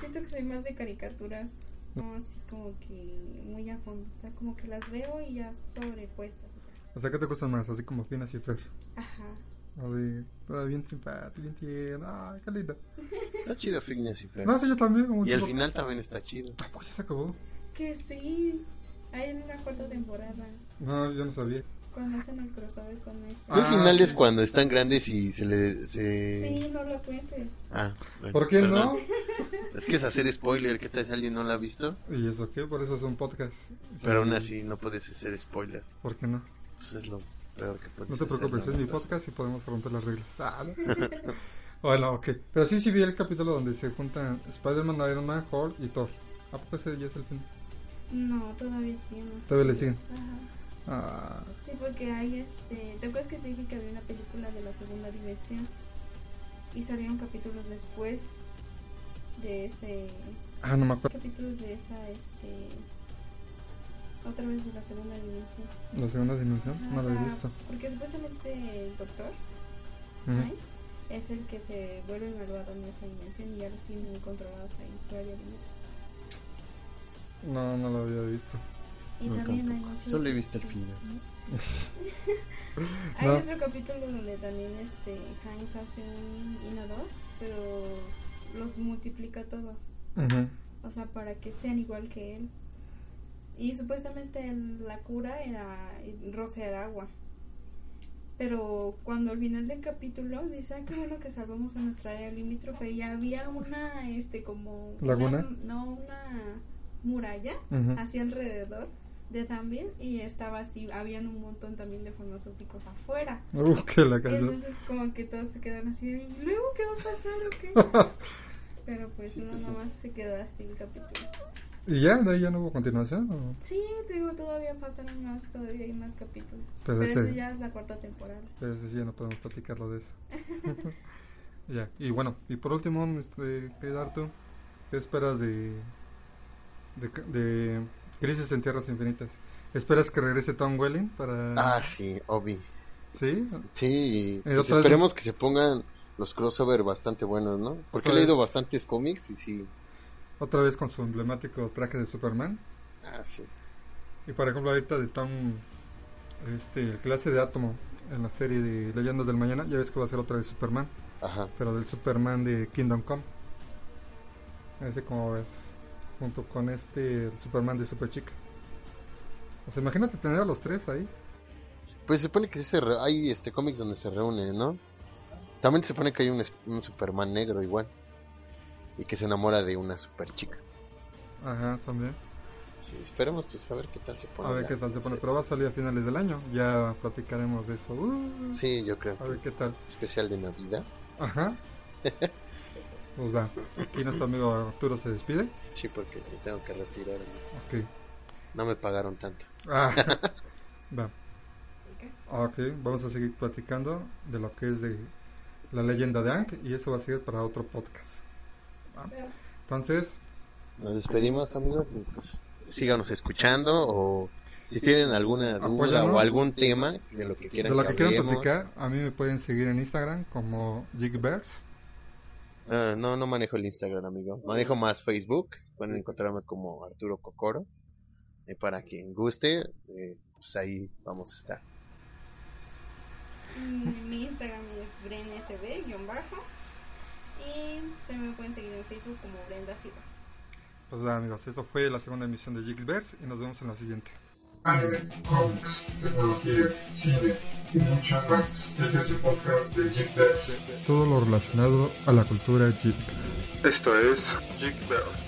[SPEAKER 4] Siento que soy más de caricaturas. No, así como que muy a fondo. O sea, como que las veo y ya sobrepuestas. y ya.
[SPEAKER 1] O sea, ¿qué te gusta más? Así como Finas y Fer.
[SPEAKER 4] Ajá.
[SPEAKER 1] Así, toda bien simpática, bien tierna. Ay, qué linda.
[SPEAKER 2] Está chido Fignes y Ferb.
[SPEAKER 1] No, sí, yo también. como
[SPEAKER 2] y el
[SPEAKER 1] tipo,
[SPEAKER 2] final también está chido.
[SPEAKER 1] "Ah, pues ya se acabó.
[SPEAKER 4] Que sí. Hay en una cuarta temporada.
[SPEAKER 1] No, yo no sabía.
[SPEAKER 4] Cuando hacen el crossover con este. esto.
[SPEAKER 1] Ah,
[SPEAKER 2] el final
[SPEAKER 1] sí.
[SPEAKER 2] es cuando están grandes y se le... Se...
[SPEAKER 4] Sí, no lo cuentes.
[SPEAKER 2] Ah, bueno,
[SPEAKER 1] ¿Por qué
[SPEAKER 2] perdón.
[SPEAKER 1] no?
[SPEAKER 2] Es que es hacer spoiler, ¿qué tal si alguien no la ha visto?
[SPEAKER 1] ¿Y eso qué? Por eso es un podcast. Sí,
[SPEAKER 2] Pero aún así no puedes hacer spoiler.
[SPEAKER 1] ¿Por qué no?
[SPEAKER 2] Pues es lo peor que puedes
[SPEAKER 1] No te
[SPEAKER 2] hacer,
[SPEAKER 1] preocupes,
[SPEAKER 2] ¿no?
[SPEAKER 1] es mi podcast y podemos romper las reglas. Ah, ¿no? bueno, ok. Pero sí, sí vi el capítulo donde se juntan Spider-Man, Iron Man, Hulk y Thor. ¿A poco ese ya es el fin?
[SPEAKER 4] No, todavía seguimos.
[SPEAKER 1] Todavía le siguen.
[SPEAKER 4] Ajá.
[SPEAKER 1] Ah,
[SPEAKER 4] Sí, porque hay este. ¿Te acuerdas que te dije que había una película de la segunda dimensión? Y salieron capítulos después de este ese.
[SPEAKER 1] ah, no me acuerdo.
[SPEAKER 4] Capítulos de esa, este. Otra vez de la segunda dimensión.
[SPEAKER 1] La segunda dimensión, no
[SPEAKER 4] O
[SPEAKER 1] la he
[SPEAKER 4] sea,
[SPEAKER 1] visto.
[SPEAKER 4] Porque supuestamente el doctor
[SPEAKER 1] Ujú.
[SPEAKER 4] Ay, es el que se vuelve malvado en esa dimensión y ya los tiene muy controlados ahí. su área límite.
[SPEAKER 1] No, no la había visto.
[SPEAKER 4] Y
[SPEAKER 2] No,
[SPEAKER 4] también hay
[SPEAKER 2] tampoco.
[SPEAKER 4] muchos- este,
[SPEAKER 2] Solo he visto el final.
[SPEAKER 4] Hay
[SPEAKER 1] No.
[SPEAKER 4] otro capítulo donde también este Heinz hace un inodoro, pero los multiplica a todos,
[SPEAKER 1] Ujú.
[SPEAKER 4] o sea, para que sean igual que él. Y supuestamente el- la cura era rociar agua. Pero cuando al final del capítulo dice, ah, qué bueno que salvamos a nuestra área limítrofe, y había una, este, como... una-
[SPEAKER 1] ¿Laguna?
[SPEAKER 4] no, una muralla
[SPEAKER 1] Ujú.
[SPEAKER 4] hacia alrededor de también y estaba así, habían un montón también de farmacéuticos afuera.
[SPEAKER 1] Uf, que Uh, la canción.
[SPEAKER 4] Entonces como que todos se quedan así, de, ¿y luego qué va a pasar o qué? Pero pues
[SPEAKER 2] Sí,
[SPEAKER 4] no,
[SPEAKER 2] pues sí.
[SPEAKER 4] nomás se quedó así el capítulo.
[SPEAKER 1] ¿Y ya? ¿De ahí ya no hubo continuación? ¿O?
[SPEAKER 4] Sí, te digo, todavía pasaron más, todavía hay más capítulos.
[SPEAKER 1] Pero
[SPEAKER 4] Pero,
[SPEAKER 1] ese-
[SPEAKER 4] eso ya es la cuarta temporada.
[SPEAKER 1] Pero eso sí, ya no podemos platicarlo de eso. ya, y bueno, y por último, este, ¿qué dar tú? ¿Qué esperas de, de, ca- de Crisis en Tierras Infinitas? ¿Esperas que regrese Tom Welling para...?
[SPEAKER 2] Ah, sí, obvio.
[SPEAKER 1] ¿Sí?
[SPEAKER 2] Sí, pues
[SPEAKER 1] Eh, otra vez-
[SPEAKER 2] esperemos que se pongan los crossover bastante buenos, ¿no? Porque he
[SPEAKER 1] Otra
[SPEAKER 2] leído
[SPEAKER 1] vez.
[SPEAKER 2] bastantes cómics y sí.
[SPEAKER 1] Otra vez con su emblemático traje de Superman.
[SPEAKER 2] Ah, sí.
[SPEAKER 1] Y por ejemplo, ahorita de Tom, este, el clase de Átomo en la serie de Leyendas del Mañana, ya ves que va a ser otra de Superman,
[SPEAKER 2] Ajá.
[SPEAKER 1] pero del Superman de Kingdom Come. Ese como ves, junto con este el Superman de Super Chica. O sea, imagínate tener a los tres ahí.
[SPEAKER 2] Pues se supone que sí se re- hay este cómics donde se reúnen, ¿no? También se supone que hay un, es- un Superman negro igual. Y que se enamora de una super chica.
[SPEAKER 1] Ajá, también.
[SPEAKER 2] Sí, esperemos pues a ver qué tal se pone.
[SPEAKER 1] a ver
[SPEAKER 2] la-
[SPEAKER 1] qué tal se pone,
[SPEAKER 2] sí.
[SPEAKER 1] pero va a salir a finales del año. Ya platicaremos de eso. Uh,
[SPEAKER 2] Sí, yo creo.
[SPEAKER 1] A ver qué tal.
[SPEAKER 2] Especial de Navidad.
[SPEAKER 1] Ajá. Pues va. Aquí nuestro amigo Arturo se despide.
[SPEAKER 2] Sí, porque me tengo que retirar. ¿no?
[SPEAKER 1] Ok.
[SPEAKER 2] No me pagaron tanto.
[SPEAKER 1] Ah, va.
[SPEAKER 4] ¿ok?
[SPEAKER 1] Ok, vamos a seguir platicando de lo que es de la leyenda de Ankh y eso va a seguir para otro podcast. ¿va?
[SPEAKER 4] Pero-
[SPEAKER 1] Entonces,
[SPEAKER 2] Nos despedimos, amigos. y, pues, síganos escuchando o si tienen alguna duda
[SPEAKER 1] Apóyanos.
[SPEAKER 2] o algún tema de lo que quieran
[SPEAKER 1] de lo que quieran
[SPEAKER 2] hablemos.
[SPEAKER 1] platicar, a mí me pueden seguir en Instagram como Jigbears.
[SPEAKER 2] Ah, no, no manejo el Instagram, amigo. Manejo más Facebook. Pueden encontrarme como Arturo Cocoro. Eh, para quien guste, eh, pues ahí vamos a estar.
[SPEAKER 4] Mm, Mi Instagram es brensb-bajo y también me pueden seguir en Facebook como Brenda Silva.
[SPEAKER 1] Pues va, amigos, esto fue la segunda emisión de Jigbears y nos vemos en la siguiente.
[SPEAKER 3] anime, cómics, tecnología, cine y mucho más. Este es el podcast de Geek Dance.
[SPEAKER 1] Todo lo relacionado a la cultura Jig.
[SPEAKER 3] Esto es Geek Dance.